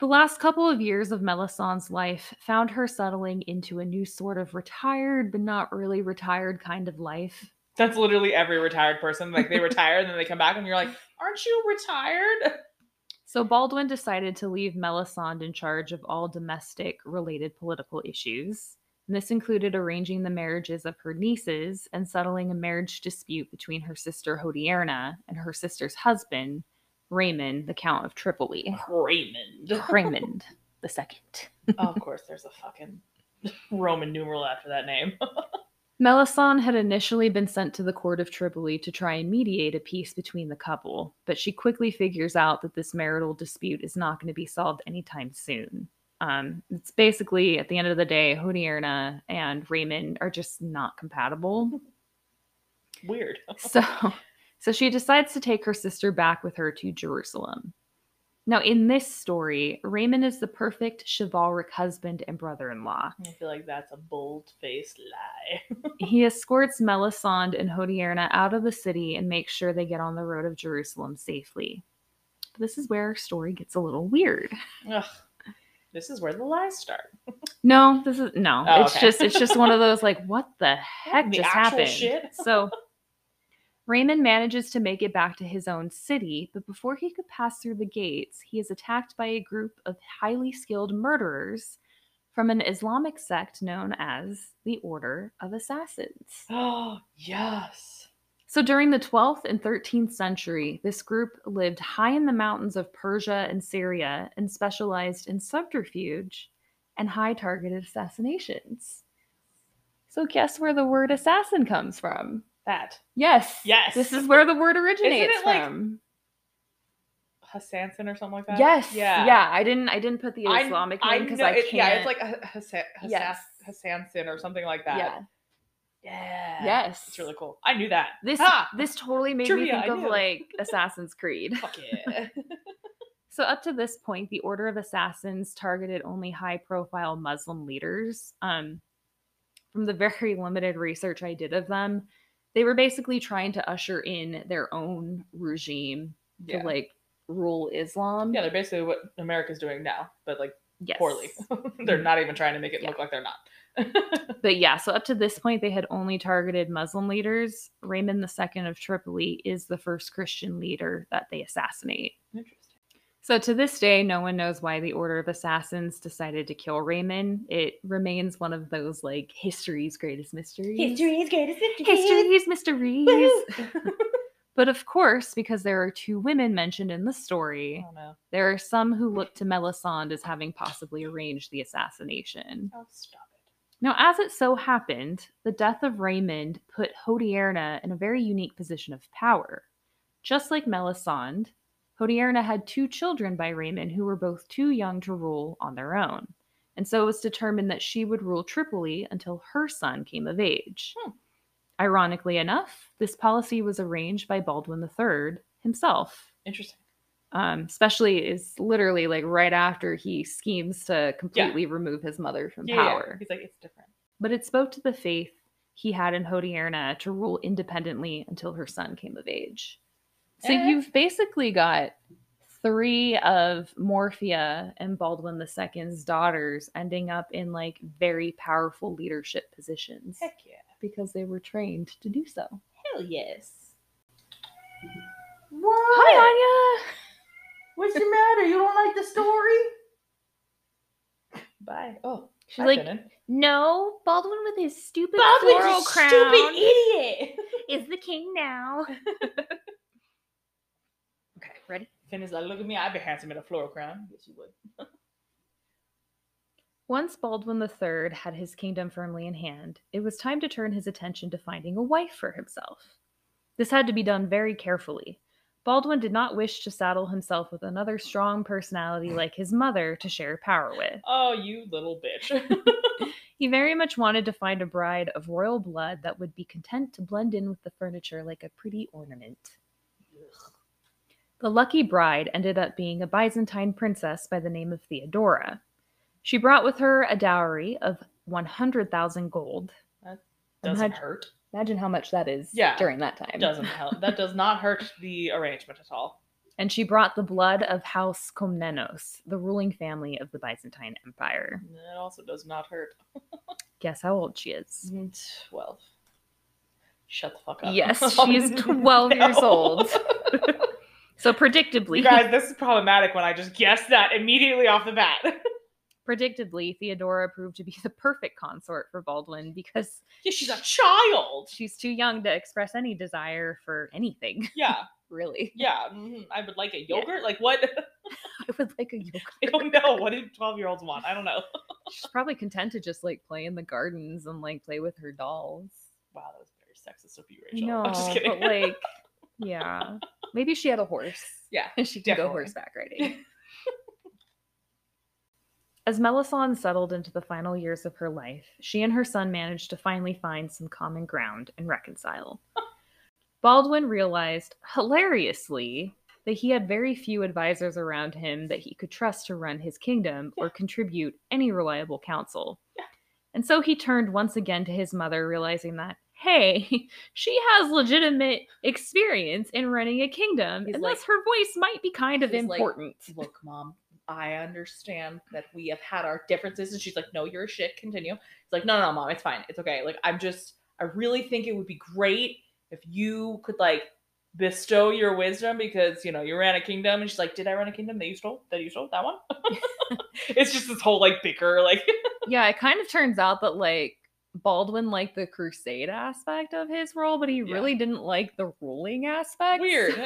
B: The last couple of years of Melisande's life found her settling into a new sort of retired, but not really retired kind of life.
A: That's literally every retired person. Like they retire and then they come back and you're like, aren't you retired?
B: So Baldwin decided to leave Melisande in charge of all domestic related political issues. And this included arranging the marriages of her nieces and settling a marriage dispute between her sister Hodierna and her sister's husband, Raymond, the Count of Tripoli.
A: Raymond.
B: Raymond the second.
A: Oh, of course, there's a fucking Roman numeral after that name.
B: Melisande had initially been sent to the court of Tripoli to try and mediate a peace between the couple, but she quickly figures out that this marital dispute is not going to be solved anytime soon. Um, it's basically, at the end of the day, Hodierna and Raymond are just not compatible.
A: Weird.
B: So, so she decides to take her sister back with her to Jerusalem. Now, in this story, Raymond is the perfect chivalric husband and brother-in-law.
A: I feel like that's a bold faced lie.
B: he escorts Melisande and Hodierna out of the city and makes sure they get on the road of Jerusalem safely. But this is where our story gets a little weird.
A: Ugh. This is where the lies start.
B: No, this is no.
A: Oh,
B: it's
A: okay.
B: just it's just one of those like what the heck
A: The
B: just
A: actual
B: happened.
A: shit.
B: So Raymond manages to make it back to his own city, but before he could pass through the gates, he is attacked by a group of highly skilled murderers from an Islamic sect known as the Order of Assassins.
A: Oh, yes.
B: So during the 12th and 13th century, this group lived high in the mountains of Persia and Syria and specialized in subterfuge and high targeted assassinations. So guess where the word assassin comes from?
A: That.
B: Yes.
A: Yes.
B: This is where the word originates
A: like-
B: from.
A: Hassanson or something like that?
B: Yes.
A: Yeah.
B: Yeah. I didn't. I didn't put the
A: I-
B: Islamic
A: I
B: name because
A: know
B: I,
A: it-
B: can't.
A: Yeah, it's like a Hassan, Hassan,
B: Yes.
A: Hassanson or something like that.
B: yeah.
A: Yeah.
B: Yes.
A: It's really cool. I knew that.
B: This
A: Ah!
B: this totally made
A: Trivia,
B: me
A: I
B: think of
A: knew.
B: like Assassin's Creed.
A: Fuck yeah.
B: So up to this point, the Order of Assassins targeted only high-profile Muslim leaders. Um, from the very limited research I did of them, they were basically trying to usher in their own regime
A: yeah.
B: to like rule Islam.
A: yeah, they're basically what America's doing now, but like
B: yes.
A: poorly. they're not even trying to make it
B: Yeah.
A: look like they're not.
B: But yeah, so up to this point, they had only targeted Muslim leaders. Raymond II of Tripoli is the first Christian leader that they assassinate.
A: Interesting.
B: So to this day, no one knows why the Order of Assassins decided to kill Raymond. It remains one of those like history's greatest mysteries.
A: is greatest
B: History's mysteries.
A: Woohoo!
B: But of course, because there are two women mentioned in the story,
A: oh no.
B: there are some who look to Melisande as having possibly arranged the assassination.
A: Oh, stop it.
B: Now, as it so happened, the death of Raymond put Hodierna in a very unique position of power. Just like Melisande, Hodierna had two children by Raymond who were both too young to rule on their own. And so it was determined that she would rule Tripoli until her son came of age.
A: Hmm.
B: Ironically enough, this policy was arranged by Baldwin III himself
A: Interesting.
B: um, especially is literally like right after he schemes to completely remove his mother from
A: Yeah, yeah, yeah.
B: power.
A: He's like, it's different.
B: But it spoke to the faith he had in Hodierna to rule independently until her son came of age. So
A: Eh.
B: you've basically got three of Morphia and Baldwin II's daughters ending up in like very powerful leadership positions
A: Heck yeah.
B: because they were trained to do so.
A: Hell yes.
B: Hi,
A: What?
B: Anya!
A: What's the matter? You don't like the story? Bye. Oh,
B: She's
A: hi,
B: like,
A: Finnan.
B: no, Baldwin with his e- stupid floral
A: Baldwin's a
B: crown.
A: stupid idiot.
B: is the king now.
A: Okay.
B: ready?
A: Finn is like, look at me. I'd be handsome in a floral crown. Yes, you would.
B: Once Baldwin III had his kingdom firmly in hand, it was time to turn his attention to finding a wife for himself. This had to be done very carefully. Baldwin did not wish to saddle himself with another strong personality like his mother to share power with.
A: Oh, you little bitch.
B: He very much wanted to find a bride of royal blood that would be content to blend in with the furniture like a pretty ornament. The lucky bride ended up being a Byzantine princess by the name of Theodora. She brought with her a dowry of 100,000 gold.
A: That doesn't
B: Imag-
A: hurt.
B: Imagine how much that is
A: Yeah,
B: during that time.
A: Doesn't help. That does not hurt the arrangement at all.
B: And she brought the blood of House Komnenos, the ruling family of the Byzantine Empire.
A: It also does not hurt.
B: Guess how old she is?
A: Twelve. Shut the fuck up.
B: Mm, Yes, she is 12 years
A: No.
B: old. So predictably,
A: You guys, this is problematic when I just guessed that immediately off the bat.
B: predictably, Theodora proved to be the perfect consort for Baldwin because
A: yeah, she's a child.
B: she's too young to express any desire for anything,
A: Yeah,
B: really.
A: yeah. mhm. I would like a
B: Yeah.
A: yogurt. Like what?
B: I would like a yogurt.
A: I don't know. What do twelve-year-olds want? I don't know.
B: She's probably content to just like play in the gardens and like play with her dolls.
A: Wow, that was very sexist of you,
B: I
A: Rachel. I'm just
B: know,
A: kidding.
B: but like, yeah, maybe she had a horse.
A: Yeah,
B: and she could go
A: definitely.
B: horseback riding. As Melisande settled into the final years of her life, she and her son managed to finally find some common ground and reconcile. Baldwin realized, hilariously, that he had very few advisors around him that he could trust to run his kingdom or contribute any reliable counsel.
A: Yeah.
B: And so he turned once again to his mother, realizing that, hey, she has legitimate experience in running a kingdom,
A: He's
B: and
A: like-
B: thus her voice might be kind of
A: he's like-
B: important.
A: look, mom, I understand that we have had our differences. And she's like, no, you're a shit. Continue. It's like, no, no, no, mom, it's fine. It's okay. Like, I'm just, I really think it would be great if you could like bestow your wisdom because you know you ran a kingdom. And she's like, did I run a kingdom that you stole? That you stole that one? it's just this whole like bicker. Like,
B: yeah, it kind of turns out that like Baldwin liked the crusade aspect of his role, but he
A: Yeah.
B: really didn't like the ruling aspect.
A: weird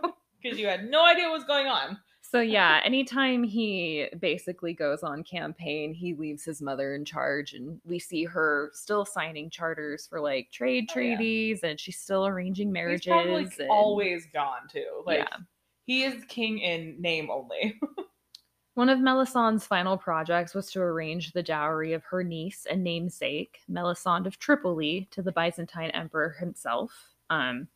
A: because you had no idea what was going on.
B: So yeah, anytime he basically goes on campaign, he leaves his mother in charge and we see her still signing charters for like
A: Oh,
B: trade
A: yeah.
B: treaties and she's still arranging marriages.
A: He's probably like,
B: and-
A: always gone too. Like
B: Yeah.
A: He is king in name only.
B: One of Melisandre's final projects was to arrange the dowry of her niece and namesake, Melisande of Tripoli, to the Byzantine emperor himself. Um,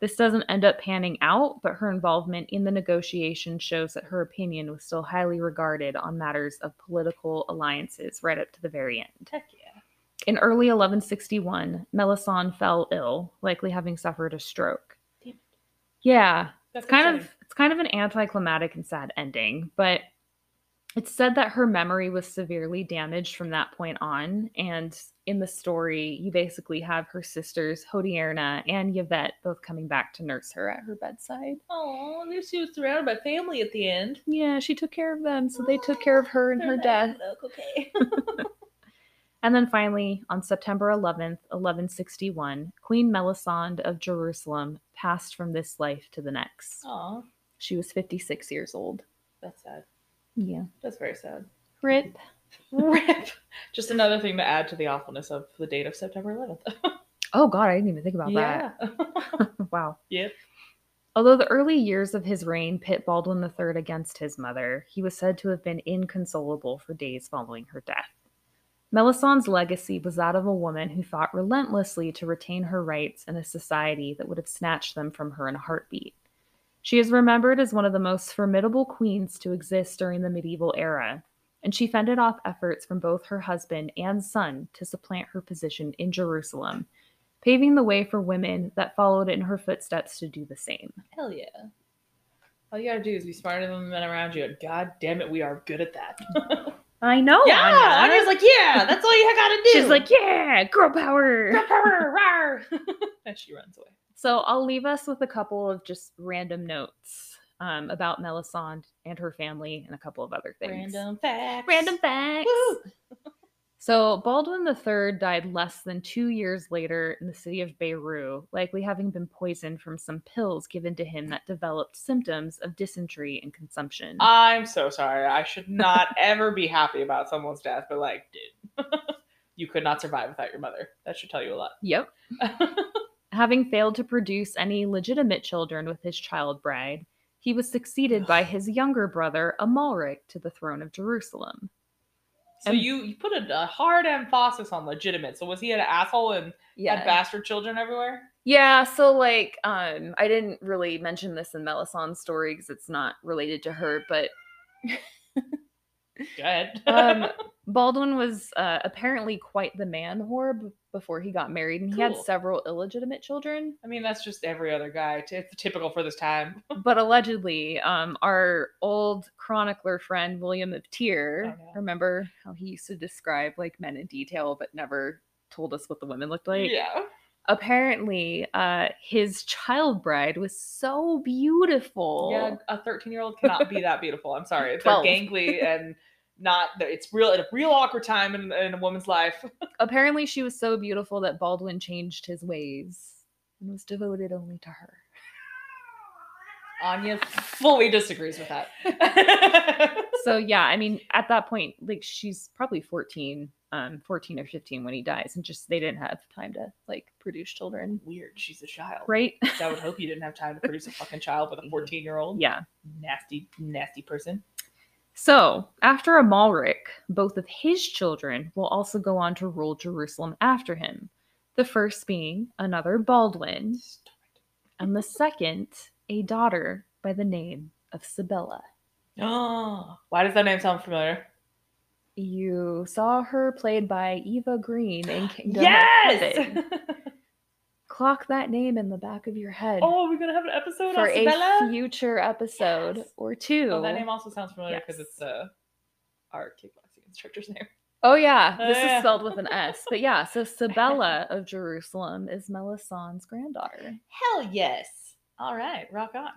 B: this doesn't end up panning out, but her involvement in the negotiation shows that her opinion was still highly regarded on matters of political alliances right up to the very end.
A: Heck yeah.
B: In early 1161, Melisande fell ill, likely having suffered a stroke.
A: Damn it.
B: Yeah,
A: That's
B: it's kind of
A: insane.
B: it's kind of an anticlimactic and sad ending, but it's said that her memory was severely damaged from that point on. And in the story, you basically have her sisters Hodierna and Yvette both coming back to nurse her at her bedside.
A: Oh, at least she was surrounded by family at the end.
B: Yeah, she took care of them, so they took care of her and her
A: Turn that
B: death.
A: look, Okay.
B: And then finally, on September 11th, 1161, Queen Melisande of Jerusalem passed from this life to the next.
A: Aw,
B: She was 56 years old.
A: that's sad.
B: Yeah.
A: That's very sad.
B: Rip.
A: Rip. Just another thing to add to the awfulness of the date of September 11th.
B: Oh God, I didn't even think about
A: yeah.
B: that. Wow.
A: Yep.
B: Although the early years of his reign pit Baldwin III against his mother, he was said to have been inconsolable for days following her death. Melisandre's legacy was that of a woman who fought relentlessly to retain her rights in a society that would have snatched them from her in a heartbeat. She is remembered as one of the most formidable queens to exist during the medieval era, and she fended off efforts from both her husband and son to supplant her position in Jerusalem, paving the way for women that followed in her footsteps to do the same.
A: Hell yeah. All you gotta do is be smarter than the men around you, and god damn it, we are good at that.
B: I know.
A: yeah,
B: Anna.
A: Anya's like, yeah, that's all you gotta do.
B: Oh, She's like, yeah, girl power.
A: "Rah, rah, rah, rah." and she runs away.
B: So I'll leave us with a couple of just random notes um, about Melisande and her family and a couple of other things.
A: Random facts.
B: Random facts.
A: Woo.
B: So Baldwin III died less than two years later in the city of Beirut, likely having been poisoned from some pills given to him that developed symptoms of dysentery and consumption.
A: I'm so sorry. I should not ever be happy about someone's death, but like, dude, you could not survive without your mother. That should tell you a lot.
B: yep. Having failed to produce any legitimate children with his child bride, he was succeeded by his younger brother Amalric to the throne of Jerusalem.
A: so
B: And-
A: you, you put a, a hard emphasis on legitimate. So was he an asshole and had bastard children everywhere?
B: Yeah, so like um I didn't really mention this in Melisandre's story cuz it's not related to her, but
A: Go ahead.
B: um Baldwin was uh, apparently quite the man whore b- before he got married and he had
A: Cool.
B: several illegitimate children,
A: I mean, that's just every other guy. T- It's typical for this time.
B: but allegedly um our old chronicler friend William of
A: I
B: Tyr,
A: know.
B: remember how he used to describe like men in detail but never told us what the women looked like?
A: yeah.
B: Apparently, uh his child bride was so beautiful.
A: Yeah, a 13 year old cannot be that beautiful. I'm sorry. They're
B: Twelve.
A: gangly and not, it's real, at a real awkward time in, in a woman's life.
B: apparently she was so beautiful that Baldwin changed his ways and was devoted only to her.
A: Anya fully disagrees with that.
B: So yeah, I mean at that point like she's probably 14 um 14 or 15 when he dies and just they didn't have time to like produce children,
A: Weird. She's a child.
B: right?
A: I would hope you didn't have time to produce a fucking child with a 14 year old.
B: yeah.
A: Nasty, nasty person.
B: So, after Amalric, both of his children will also go on to rule Jerusalem after him. The first being another Baldwin,
A: Stop
B: and the second, a daughter by the name of Sibella.
A: it. Oh, why does that name sound familiar?
B: You saw her played by Eva Green in Kingdom of Heaven. Clock that name in the back of your head
A: oh, we're going to have an episode
B: for
A: on
B: a
A: Sibella?
B: future episode
A: Yes.
B: or two.
A: Oh, that name also sounds familiar because
B: Yes.
A: it's uh, our kickboxing instructor's name.
B: Oh, yeah, this
A: Yeah.
B: is spelled with an S. But yeah, so Sibella of Jerusalem is Melisandre's granddaughter.
A: Hell yes. All right, rock on.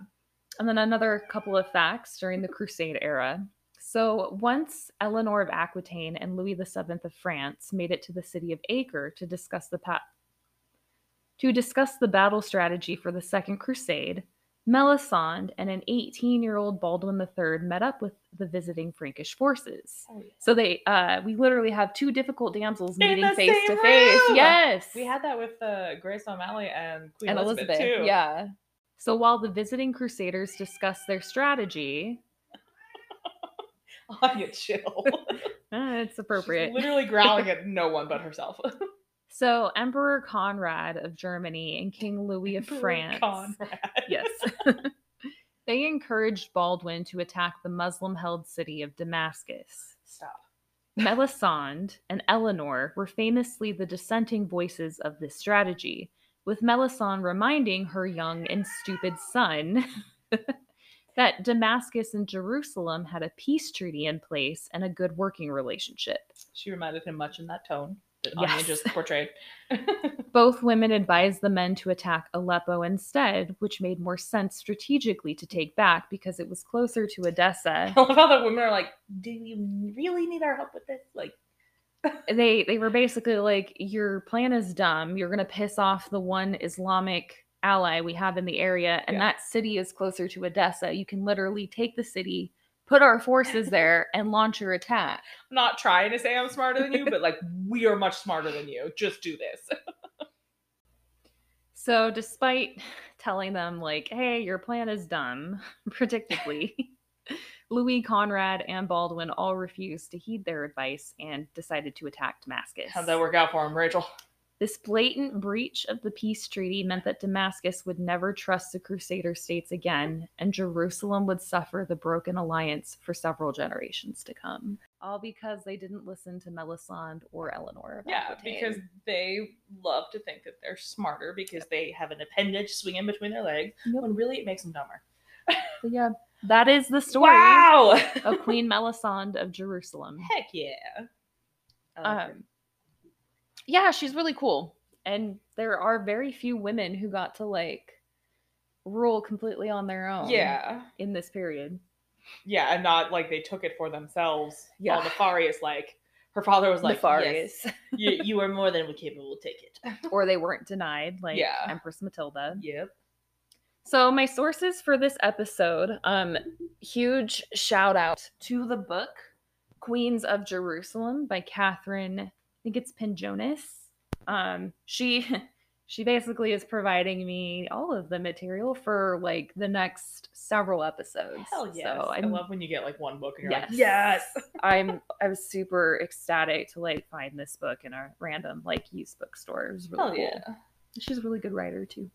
B: And then another couple of facts during the Crusade era. So once Eleanor of Aquitaine and Louis VII of France made it to the city of Acre to discuss the pa- to discuss the battle strategy for the Second Crusade, Melisande and an 18-year-old Baldwin III met up with the visiting Frankish forces.
A: Oh, yes.
B: So they, uh, we literally have two difficult damsels
A: In
B: meeting
A: the
B: face
A: same
B: to face.
A: room!
B: Yes,
A: We had that with uh, Grace O'Malley and Queen
B: and Elizabeth.
A: Elizabeth, too.
B: Yeah, So while the visiting crusaders discuss their strategy,
A: I get chill.
B: eh, it's
A: She's
B: appropriate.
A: literally growling at no one but herself.
B: So Emperor Conrad of Germany and King Louis of
A: Emperor
B: France.
A: Conrad.
B: yes. they encouraged Baldwin to attack the Muslim held city of Damascus.
A: Stop.
B: Melisande and Eleanor were famously the dissenting voices of this strategy, with Melisande reminding her young and stupid son that Damascus and Jerusalem had a peace treaty in place and a good working relationship.
A: She reminded him much in that tone that Anya
B: Yes.
A: just portrayed.
B: Both women advised the men to attack Aleppo instead, which made more sense strategically to take back because it was closer to Edessa.
A: I love how the women are like, "Do you really need our help with this?" Like,
B: They they were basically like, "Your plan is dumb. You're going to piss off the one Islamic ally we have in the area, and
A: Yeah.
B: that city is closer to Edessa. You can literally take the city, put our forces there, and launch your attack."
A: I'm not trying to say I'm smarter than you, but like, we are much smarter than you. Just do this.
B: So, despite telling them, like, hey, your plan is dumb, predictably, Louis, Conrad, and Baldwin all refused to heed their advice and decided to attack Damascus.
A: How'd that work out for him, Rachel?
B: This blatant breach of the peace treaty meant that Damascus would never trust the Crusader states again, and Jerusalem would suffer the broken alliance for several generations to come. All because they didn't listen to Melisande or Eleanor. of
A: Yeah,
B: Aquitaine.
A: because they love to think that they're smarter because they have an appendage swinging between their legs,
B: Yep.
A: when really it makes them dumber.
B: So, yeah, that is the story.
A: Wow!
B: of Queen Melisande of Jerusalem.
A: Heck yeah. I like her.
B: Um, yeah, she's really cool. And there are very few women who got to like rule completely on their own
A: yeah.
B: in this period.
A: Yeah, and not like they took it for themselves.
B: Yeah.
A: Yeah. Nefarious, like, her father was like, yes,
B: Nefarious.
A: you, you are more than capable, take it.
B: or they weren't denied, like
A: Yeah.
B: Empress Matilda.
A: Yep.
B: So my sources for this episode, um, huge shout out to the book Queens of Jerusalem by Catherine, I think it's Pinjonis. Um, she she basically is providing me all of the material for like the next several episodes.
A: Hell yes.
B: So
A: I
B: I'm
A: love when you get like one book and you're like,
B: yes.
A: yes.
B: I'm I was super ecstatic to like find this book in a random like used bookstore. It was really
A: Hell
B: cool.
A: yeah.
B: She's a really good writer too.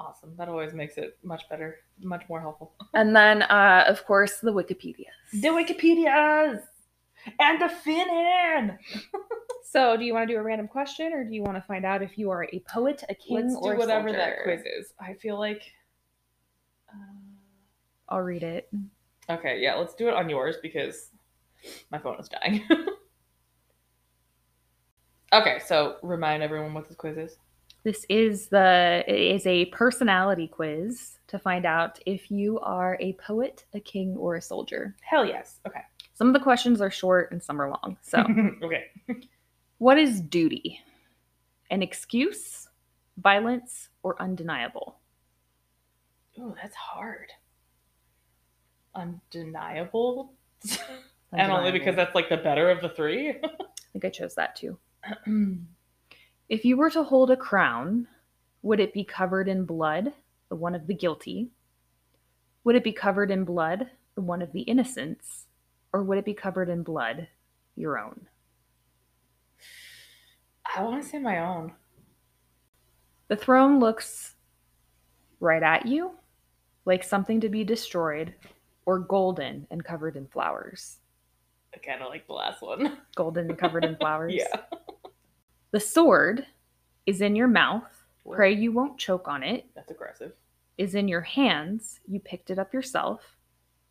A: Awesome. That always makes it much better, much more helpful.
B: And then uh of course the Wikipedia.
A: The Wikipedias and the Finnan.
B: So, do you want to do a random question, or do you want to find out if you are a poet, a king,
A: Let's
B: or
A: do whatever that quiz
B: quiz?
A: is. I feel like. Uh,
B: I'll read it.
A: okay, yeah, let's do it on yours because my phone is dying. okay, so remind everyone what this quiz is.
B: This is the it is a personality quiz to find out if you are a poet, a king, or a soldier.
A: Hell yes. Okay.
B: Some of the questions are short and some are long. So,
A: okay.
B: what is duty? An excuse, violence, or undeniable?
A: Ooh, that's hard. Undeniable. and only because
B: Undeniable.
A: that's like the better of the three.
B: I think I chose that too. If you were to hold a crown, would it be covered in blood, the one of the guilty? Would it be covered in blood, the one of the innocents? Or would it be covered in blood, your own?
A: I want to say my own.
B: The throne looks right at you, like something to be destroyed, or golden and covered in flowers.
A: I kind of like the last one.
B: Golden and covered in flowers.
A: Yeah.
B: The sword is in your mouth. Pray you won't choke on it.
A: That's aggressive.
B: is in your hands, you picked it up yourself,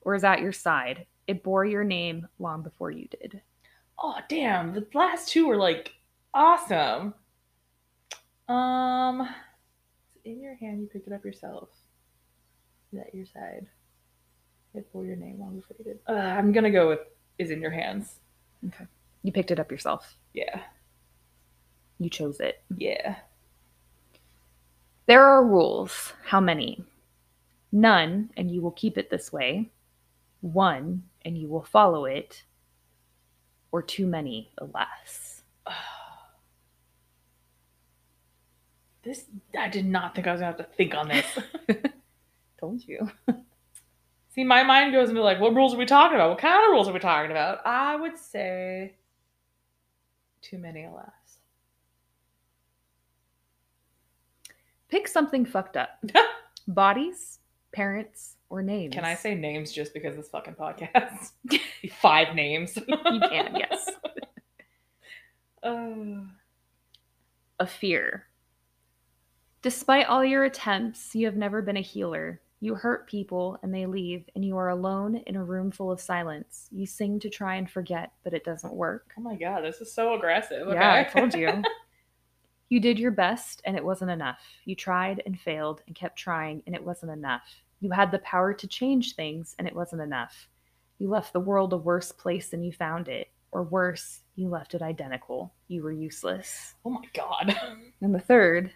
B: or is at your side. It bore your name long before you did.
A: Oh damn, the last two were like awesome. Um it's in your hand you picked it up yourself. Is that your side? It bore your name long before you did. Uh, I'm gonna go with is in your hands.
B: You picked it up yourself.
A: Yeah.
B: You chose it.
A: Yeah.
B: There are rules. How many? None, and you will keep it this way. One, and you will follow it. Or too many, alas.
A: This I did not think I was gonna have to think on this.
B: Told you.
A: See, my mind goes into like, what rules are we talking about? What kind of rules are we talking about? I would say too many, alas.
B: Pick something fucked up. Bodies, parents, or names.
A: Can I say names just because of this fucking podcast? Five names.
B: you can, yes.
A: Uh,
B: A fear. Despite all your attempts, you have never been a healer. You hurt people and they leave, and you are alone in a room full of silence. You sing to try and forget, but it doesn't work.
A: oh my god, this is so aggressive. Okay.
B: Yeah, I told you. you did your best and it wasn't enough. You tried and failed and kept trying and it wasn't enough. You had the power to change things and it wasn't enough. You left the world a worse place than you found it, or worse, you left it identical. You were useless.
A: oh my god.
B: And the third,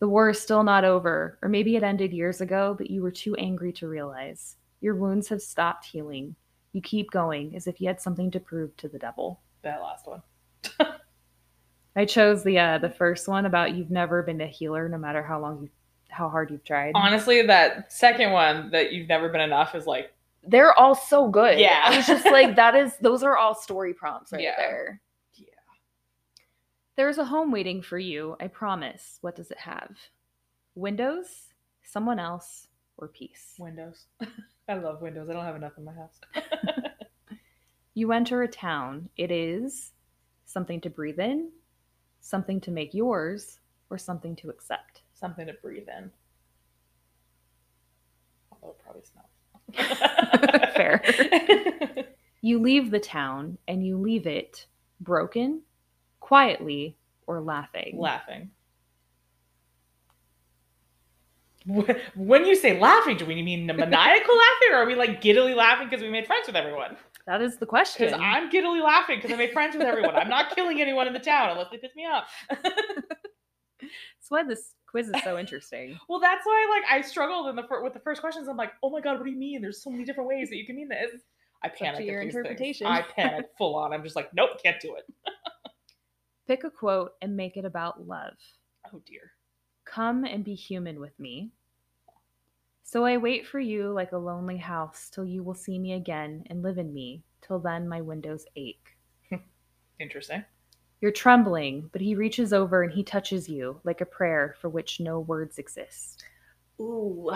B: the war is still not over, or maybe it ended years ago, but you were too angry to realize. Your wounds have stopped healing. You keep going as if you had something to prove to the devil.
A: that last one.
B: I chose the uh, the first one about you've never been a healer, no matter how long you how hard you've tried.
A: Honestly, that second one that you've never been enough is like
B: They're all so good.
A: Yeah.
B: I was just like that is those are all story prompts right
A: Yeah.
B: there.
A: Yeah.
B: There's a home waiting for you, I promise. What does it have? Windows, someone else, or peace.
A: Windows. I love Windows. I don't have enough in my house.
B: You enter a town. It is something to breathe in, something to make yours, or something to accept.
A: Something to breathe in. Although it probably smells.
B: Fair. You leave the town and you leave it broken, quietly, or laughing.
A: laughing. Wh- When you say laughing, do we mean the maniacal laughing, or are we like giddily laughing because we made friends with everyone?
B: that is the
A: Because
B: question.
A: I'm giddily laughing because I made friends with everyone. I'm not killing anyone in the town unless they piss me off.
B: That's why this quiz is so interesting.
A: Well, that's why like I struggled in the fir- with the first questions. I'm like, oh my god, what do you mean? There's so many different ways that you can mean this. I
B: to
A: panic.
B: your
A: at these things.
B: interpretation.
A: I panic full on. I'm just like, nope, can't do it.
B: Pick a quote and make it about love.
A: Oh dear.
B: Come and be human with me. So I wait for you like a lonely house till you will see me again and live in me. Till then, my windows ache.
A: Interesting.
B: You're trembling, but he reaches over and he touches you like a prayer for which no words exist.
A: Ooh.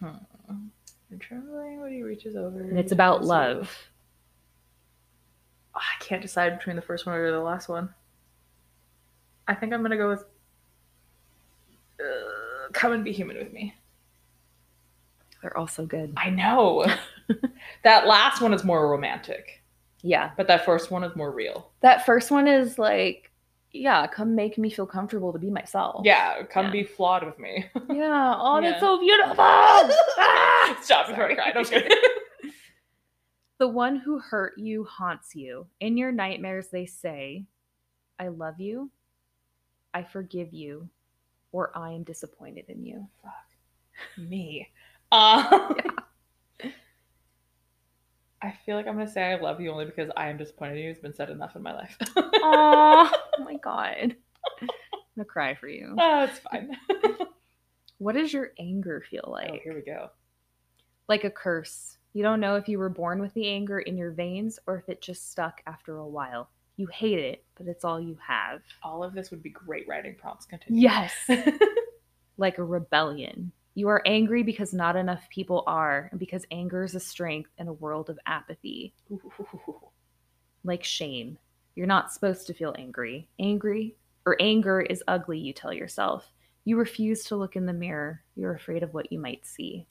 A: Hmm. I'm trembling when he reaches over.
B: And it's about love.
A: Ah, I can't decide between the first one or the last one. I think I'm gonna go with uh, "Come and Be Human with Me."
B: They're all so good.
A: I know that last one is more romantic,
B: Yeah.
A: but that first one is more real.
B: That first one is like, yeah, come make me feel comfortable to be myself.
A: Yeah, come
B: Yeah.
A: be flawed with me.
B: Yeah. Oh, that's
A: Yeah.
B: so beautiful. Ah!
A: Stop before I
B: Sorry.
A: cry. No, I'm just kidding.
B: The one who hurt you haunts you. In your nightmares, they say, I love you, I forgive you, or I am disappointed in you.
A: me. Um, I feel like I'm gonna say I love you only because I am disappointed in you. It's been said enough in my life.
B: Aw, oh my God. I'm going to cry for you.
A: oh, it's fine.
B: What does your anger feel
A: Oh,
B: like?
A: here we go.
B: Like a curse. You don't know if you were born with the anger in your veins or if it just stuck after a while. You hate it, but it's all you have.
A: All of this would be great writing prompts. Continue.
B: Yes. like a rebellion. You are angry because not enough people are, and because anger is a strength in a world of apathy.
A: Ooh.
B: Like shame. You're not supposed to feel angry. Angry or anger is ugly, you tell yourself. You refuse to look in the mirror. You're afraid of what you might see.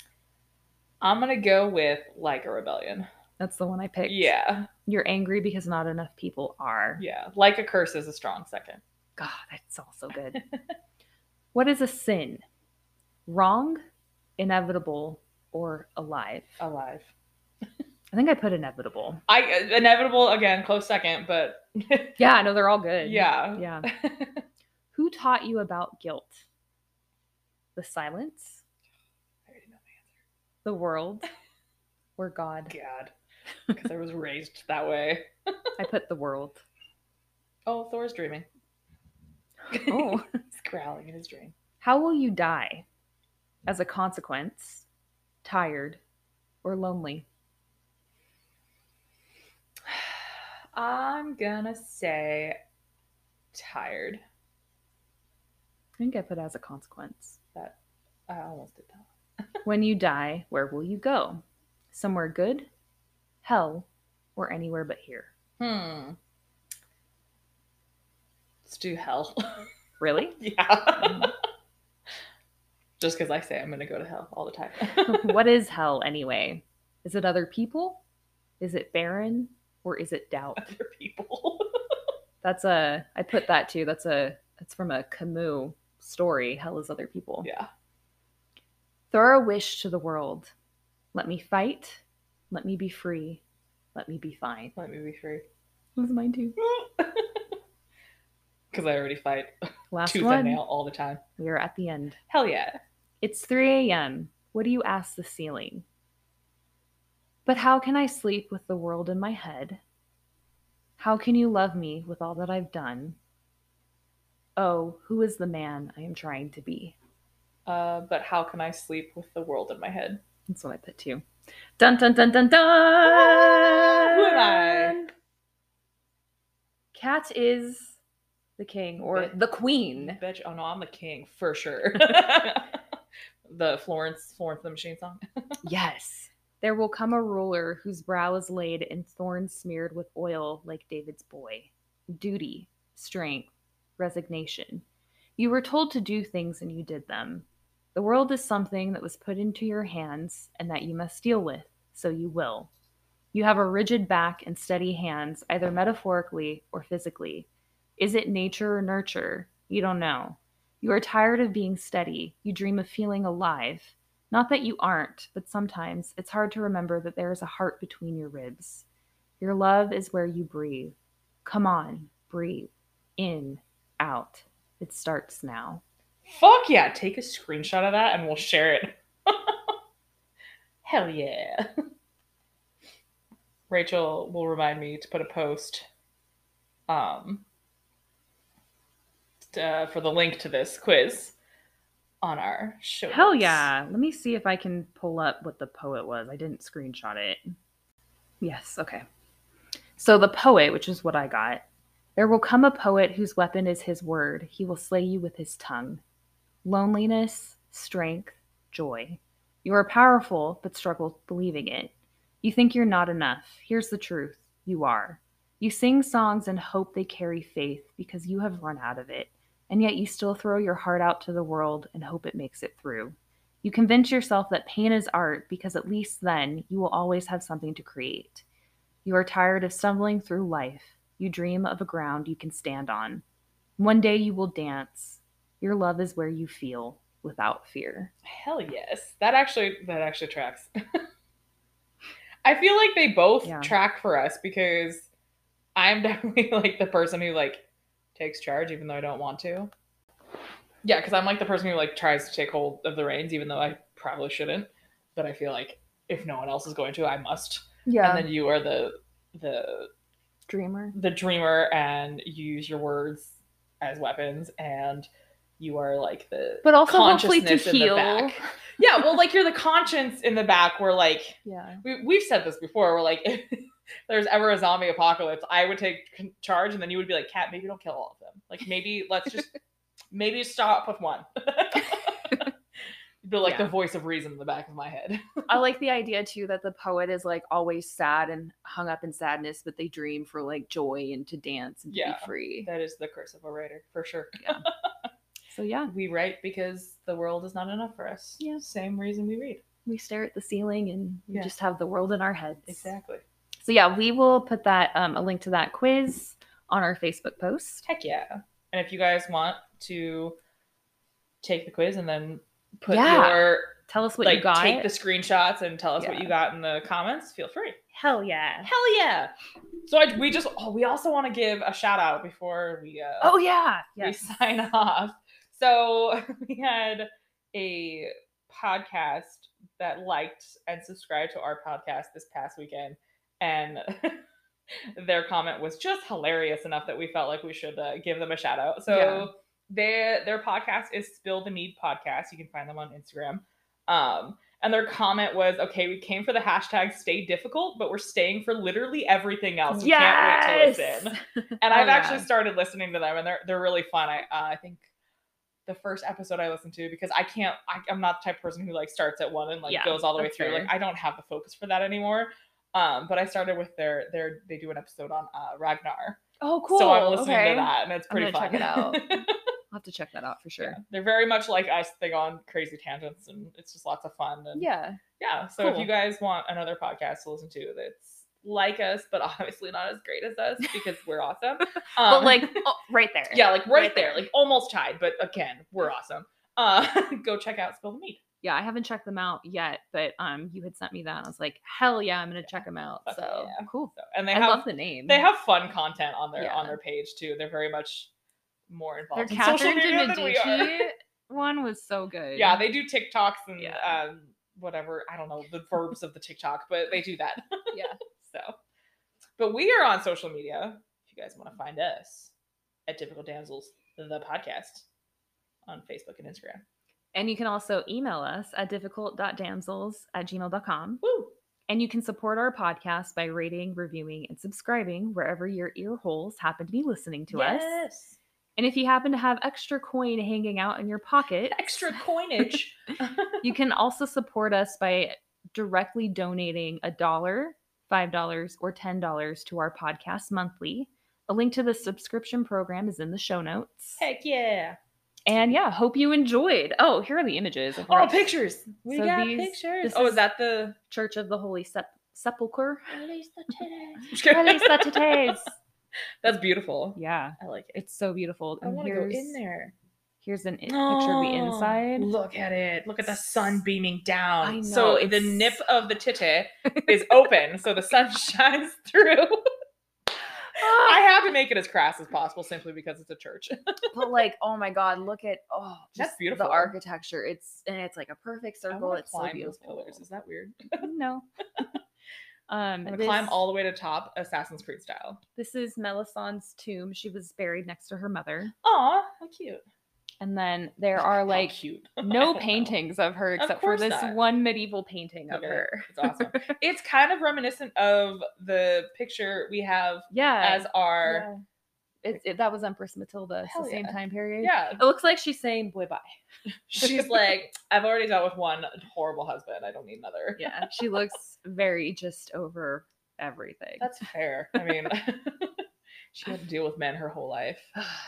A: I'm gonna go with like a rebellion.
B: That's the one I picked.
A: Yeah,
B: You're angry because not enough people are.
A: yeah. Like a curse is a strong second.
B: God, that's all so good. what is a sin? Wrong, inevitable, or alive?
A: Alive.
B: I think I put inevitable.
A: I uh, inevitable again, close second, but
B: Yeah, no, they're all good.
A: yeah.
B: Yeah. Who taught you about guilt? The silence, the world, or God?
A: God, because I was raised that way.
B: I put the world.
A: Oh, Thor's dreaming.
B: Oh.
A: Oh. He's growling in his dream.
B: How will you die? as a consequence, tired, or lonely?
A: I'm gonna say tired.
B: I think I put as a consequence.
A: That I almost did that.
B: when you die, where will you go? Somewhere good, hell, or anywhere but here?
A: Hmm. Let's do hell.
B: Really?
A: yeah. Just because I say I'm gonna go to hell all the time.
B: what is hell anyway? Is it other people? Is it barren? Or is it doubt?
A: Other people.
B: That's a I put that too. That's a that's from a Camus story, Hell is Other People.
A: yeah.
B: Throw a wish to the world. Let me fight. Let me be free. Let me be fine.
A: Let me be free.
B: That was mine too.
A: Because I already fight
B: Last
A: tooth
B: one.
A: and nail all the time.
B: We are at the end.
A: Hell yeah.
B: It's 3 a.m. What do you ask the ceiling? But how can I sleep with the world in my head? How can you love me with all that I've done? Oh, who is the man I am trying to be?
A: Uh, but how can I sleep with the world in my head?
B: That's what I put too. Dun dun dun dun dun.
A: who am
B: Cat is the king or
A: Bit-
B: the queen.
A: Bitch, oh no, I'm the king for sure. the Florence Florence and the Machine song.
B: Yes. There will come a ruler whose brow is laid in thorns smeared with oil like David's boy. Duty, strength, resignation. You were told to do things and you did them. The world is something that was put into your hands and that you must deal with, so you will. You have a rigid back and steady hands, either metaphorically or physically. Is it nature or nurture? You don't know. You are tired of being steady. You dream of feeling alive. Not that you aren't, but sometimes it's hard to remember that there is a heart between your ribs. Your love is where you breathe. Come on, breathe. In, out. It starts now.
A: Fuck yeah, take a screenshot of that and we'll share it. Hell yeah. Rachel will remind me to put a post um uh, for the link to this quiz on our show.
B: Hell
A: notes.
B: yeah. Let me see if I can pull up what the poet was. I didn't screenshot it. Yes, okay. So the poet, which is what I got, there will come a poet whose weapon is his word. He will slay you with his tongue. Loneliness, strength, joy. You are powerful, but struggle believing it. You think you're not enough. Here's the truth you are. You sing songs and hope they carry faith because you have run out of it and yet you still throw your heart out to the world and hope it makes it through. You convince yourself that pain is art because at least then you will always have something to create. You are tired of stumbling through life. You dream of a ground you can stand on. One day you will dance. Your love is where you feel without fear.
A: Hell yes. That actually that actually tracks. I feel like they both
B: Yeah.
A: track for us because I'm definitely like the person who like takes charge even though I don't want to. Yeah, because I'm like the person who like tries to take hold of the reins even though I probably shouldn't. But I feel like if no one else is going to, I must.
B: Yeah.
A: And then you are the the
B: Dreamer.
A: the dreamer and you use your words as weapons and you are like the
B: But also hopefully to
A: consciousness in the
B: heal.
A: back. yeah, well, like you're the conscience in the back where like
B: Yeah.
A: we we've said this before. We're like, if there's ever a zombie apocalypse, I would take con- charge, and then you would be like, Cat, maybe don't kill all of them. Like maybe let's just maybe stop with one. But like
B: Yeah.
A: the voice of reason in the back of my head.
B: I like the idea too that the poet is like always sad and hung up in sadness, but they dream for like joy and to dance and to
A: Yeah.
B: be free.
A: That is the curse of a writer for sure.
B: So yeah,
A: We write because the world is not enough for us.
B: Yeah.
A: same reason we read.
B: we stare at the ceiling and we
A: Yeah.
B: just have the world in our heads.
A: Exactly.
B: So yeah, we will put that um, a link to that quiz on our Facebook post.
A: Heck yeah. And if you guys want to take the quiz and then put
B: Yeah.
A: your
B: Tell us what
A: like
B: you got.
A: take the screenshots and tell us what
B: Yeah.
A: you got in the comments. Feel free.
B: Hell yeah.
A: Hell yeah! So I, we just oh, we also want to give a shout out before we uh,
B: Oh yeah. Yes.
A: we sign off. So we had a podcast that liked and subscribed to our podcast this past weekend, and their comment was just hilarious enough that we felt like we should uh, give them a shout out. So
B: Yeah.
A: their their podcast is Spill the Mead podcast. You can find them on Instagram. Um, and their comment was, "Okay, we came for the hashtag Stay Difficult, but we're staying for literally everything else. We can't wait to listen." And
B: Oh,
A: I've
B: yeah.
A: actually started listening to them, and they're they're really fun. I uh, I think the first episode I listened to because I can't. I, I'm not the type of person who like starts at one and like
B: Yeah,
A: goes all the way
B: that's
A: through. Like
B: fair.
A: I don't have the focus for that anymore. Um, but I started with their their they do an episode on uh, Ragnar,
B: Oh, cool.
A: so I'm listening
B: okay.
A: to that, and it's
B: I'm
A: pretty
B: gonna
A: fun.
B: check it out. I'll have to check that out for sure.
A: Yeah, They're very much like us. They go on crazy tangents, and it's just lots of fun. And
B: Yeah.
A: yeah, So if you
B: cool.
A: guys want another podcast to listen to that's like us, but obviously not as great as us because we're awesome. Um,
B: But like oh, right there.
A: yeah, like right,
B: right
A: there,
B: there.
A: like almost tied, but again, we're awesome. Uh, go check out Spill the Meat.
B: Yeah, I haven't checked them out yet, but um you had sent me that and I was like, "Hell yeah, I'm going to check them out."
A: Fuck
B: So,
A: yeah.
B: cool.
A: So, and they
B: I love
A: have
B: the name.
A: they have fun content on their on
B: Yeah.
A: their page too. They're very much more
B: Their
A: involved in social
B: Catherine
A: media
B: de
A: than we are.
B: Medici one was so good.
A: Yeah, they do TikToks and
B: Yeah.
A: um, whatever. I don't know the verbs of the TikTok, but they do that.
B: Yeah.
A: So, but we are on social media. If you guys want to find us at Typical Damsels, the podcast on Facebook and Instagram.
B: And you can also email us at difficult.damsels at gmail.com.
A: Woo!
B: And you can support our podcast by rating, reviewing, and subscribing wherever your ear holes happen to be listening to us.
A: yes.
B: And if you happen to have extra coin hanging out in your pocket,
A: Extra coinage.
B: you can also support us by directly donating a dollar, five dollars, or ten dollars to our podcast monthly. A link to the subscription program is in the show notes.
A: Heck yeah!
B: And yeah, hope you enjoyed. Oh, here are the images. of
A: Oh,
B: our
A: pictures. We
B: So
A: got
B: these-
A: pictures.
B: this
A: Oh, is,
B: is-
A: that the?
B: Church of the Holy Sep- Sepulchre.
A: Release the titties.
B: Release the titties.
A: That's beautiful.
B: Yeah,
A: I like it.
B: it's so beautiful.
A: I want to go in there.
B: Here's an in- picture of the
A: Oh,
B: inside.
A: Look at it. Look at the sun beaming down.
B: I
A: so
B: know,
A: the
B: it's-
A: nip of the titty is open, so the sun shines through. I had to make it as crass as possible simply because it's a church.
B: but like, oh my god, look at oh,
A: That's
B: just
A: beautiful.
B: The architecture, it's and it's like a perfect
A: I
B: circle.
A: want to
B: It's so
A: climb those
B: beautiful.
A: pillars. Is that weird?
B: no. um,
A: I'm gonna
B: this,
A: climb all the way to top, Assassin's Creed style.
B: this is Melisande's tomb. She was buried next to her mother,
A: Aw, how cute.
B: and then there are
A: How
B: like
A: cute. I
B: no
A: don't know.
B: paintings of her
A: Of
B: except for
A: course
B: this
A: not.
B: one medieval painting of
A: Look at it.
B: her.
A: It's awesome. it's kind of reminiscent of the picture we have
B: Yeah,
A: as our
B: yeah. It, it- that was Empress Matilda. It's
A: Hell
B: the same
A: yeah.
B: time period.
A: yeah.
B: It looks like she's saying boy bye.
A: She's like, I've already dealt with one horrible husband. I don't need another.
B: Yeah. She looks very just over everything.
A: That's fair. I mean, she had to deal with men her whole life,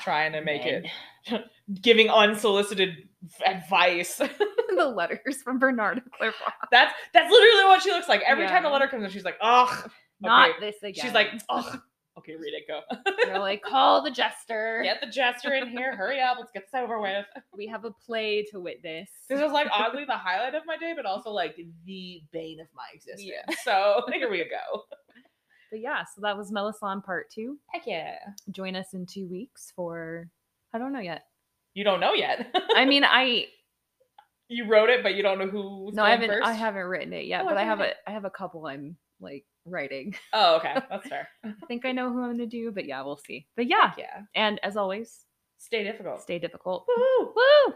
A: trying to make
B: Men.
A: it, giving unsolicited f- advice.
B: the letters from Bernarda Clairvoyant.
A: That's that's literally what she looks like. Every time a
B: Yeah.
A: letter comes in, she's like, ugh.
B: Not
A: Okay.
B: this again.
A: She's like, ugh. Okay, read it. Go.
B: they're like, call the jester.
A: Get the jester in here. Hurry up. Let's get this over with.
B: We have a play to witness.
A: This was like oddly the highlight of my day, but also like the bane of my existence. So here we go.
B: But yeah, so that was Melisande part two.
A: Heck yeah.
B: Join us in two weeks for I don't know yet.
A: You don't know yet.
B: I mean, I
A: you wrote it, but you don't know who. was
B: no, I
A: going
B: haven't I
A: first?
B: haven't written it yet,
A: Oh, I
B: but I
A: haven't
B: have
A: read
B: a I have a couple I'm like writing.
A: Oh, okay. That's fair.
B: I think I know who I'm gonna do, but yeah, we'll see. But yeah,
A: yeah.
B: and as always,
A: Stay difficult.
B: stay difficult.
A: Woo!
B: Woo!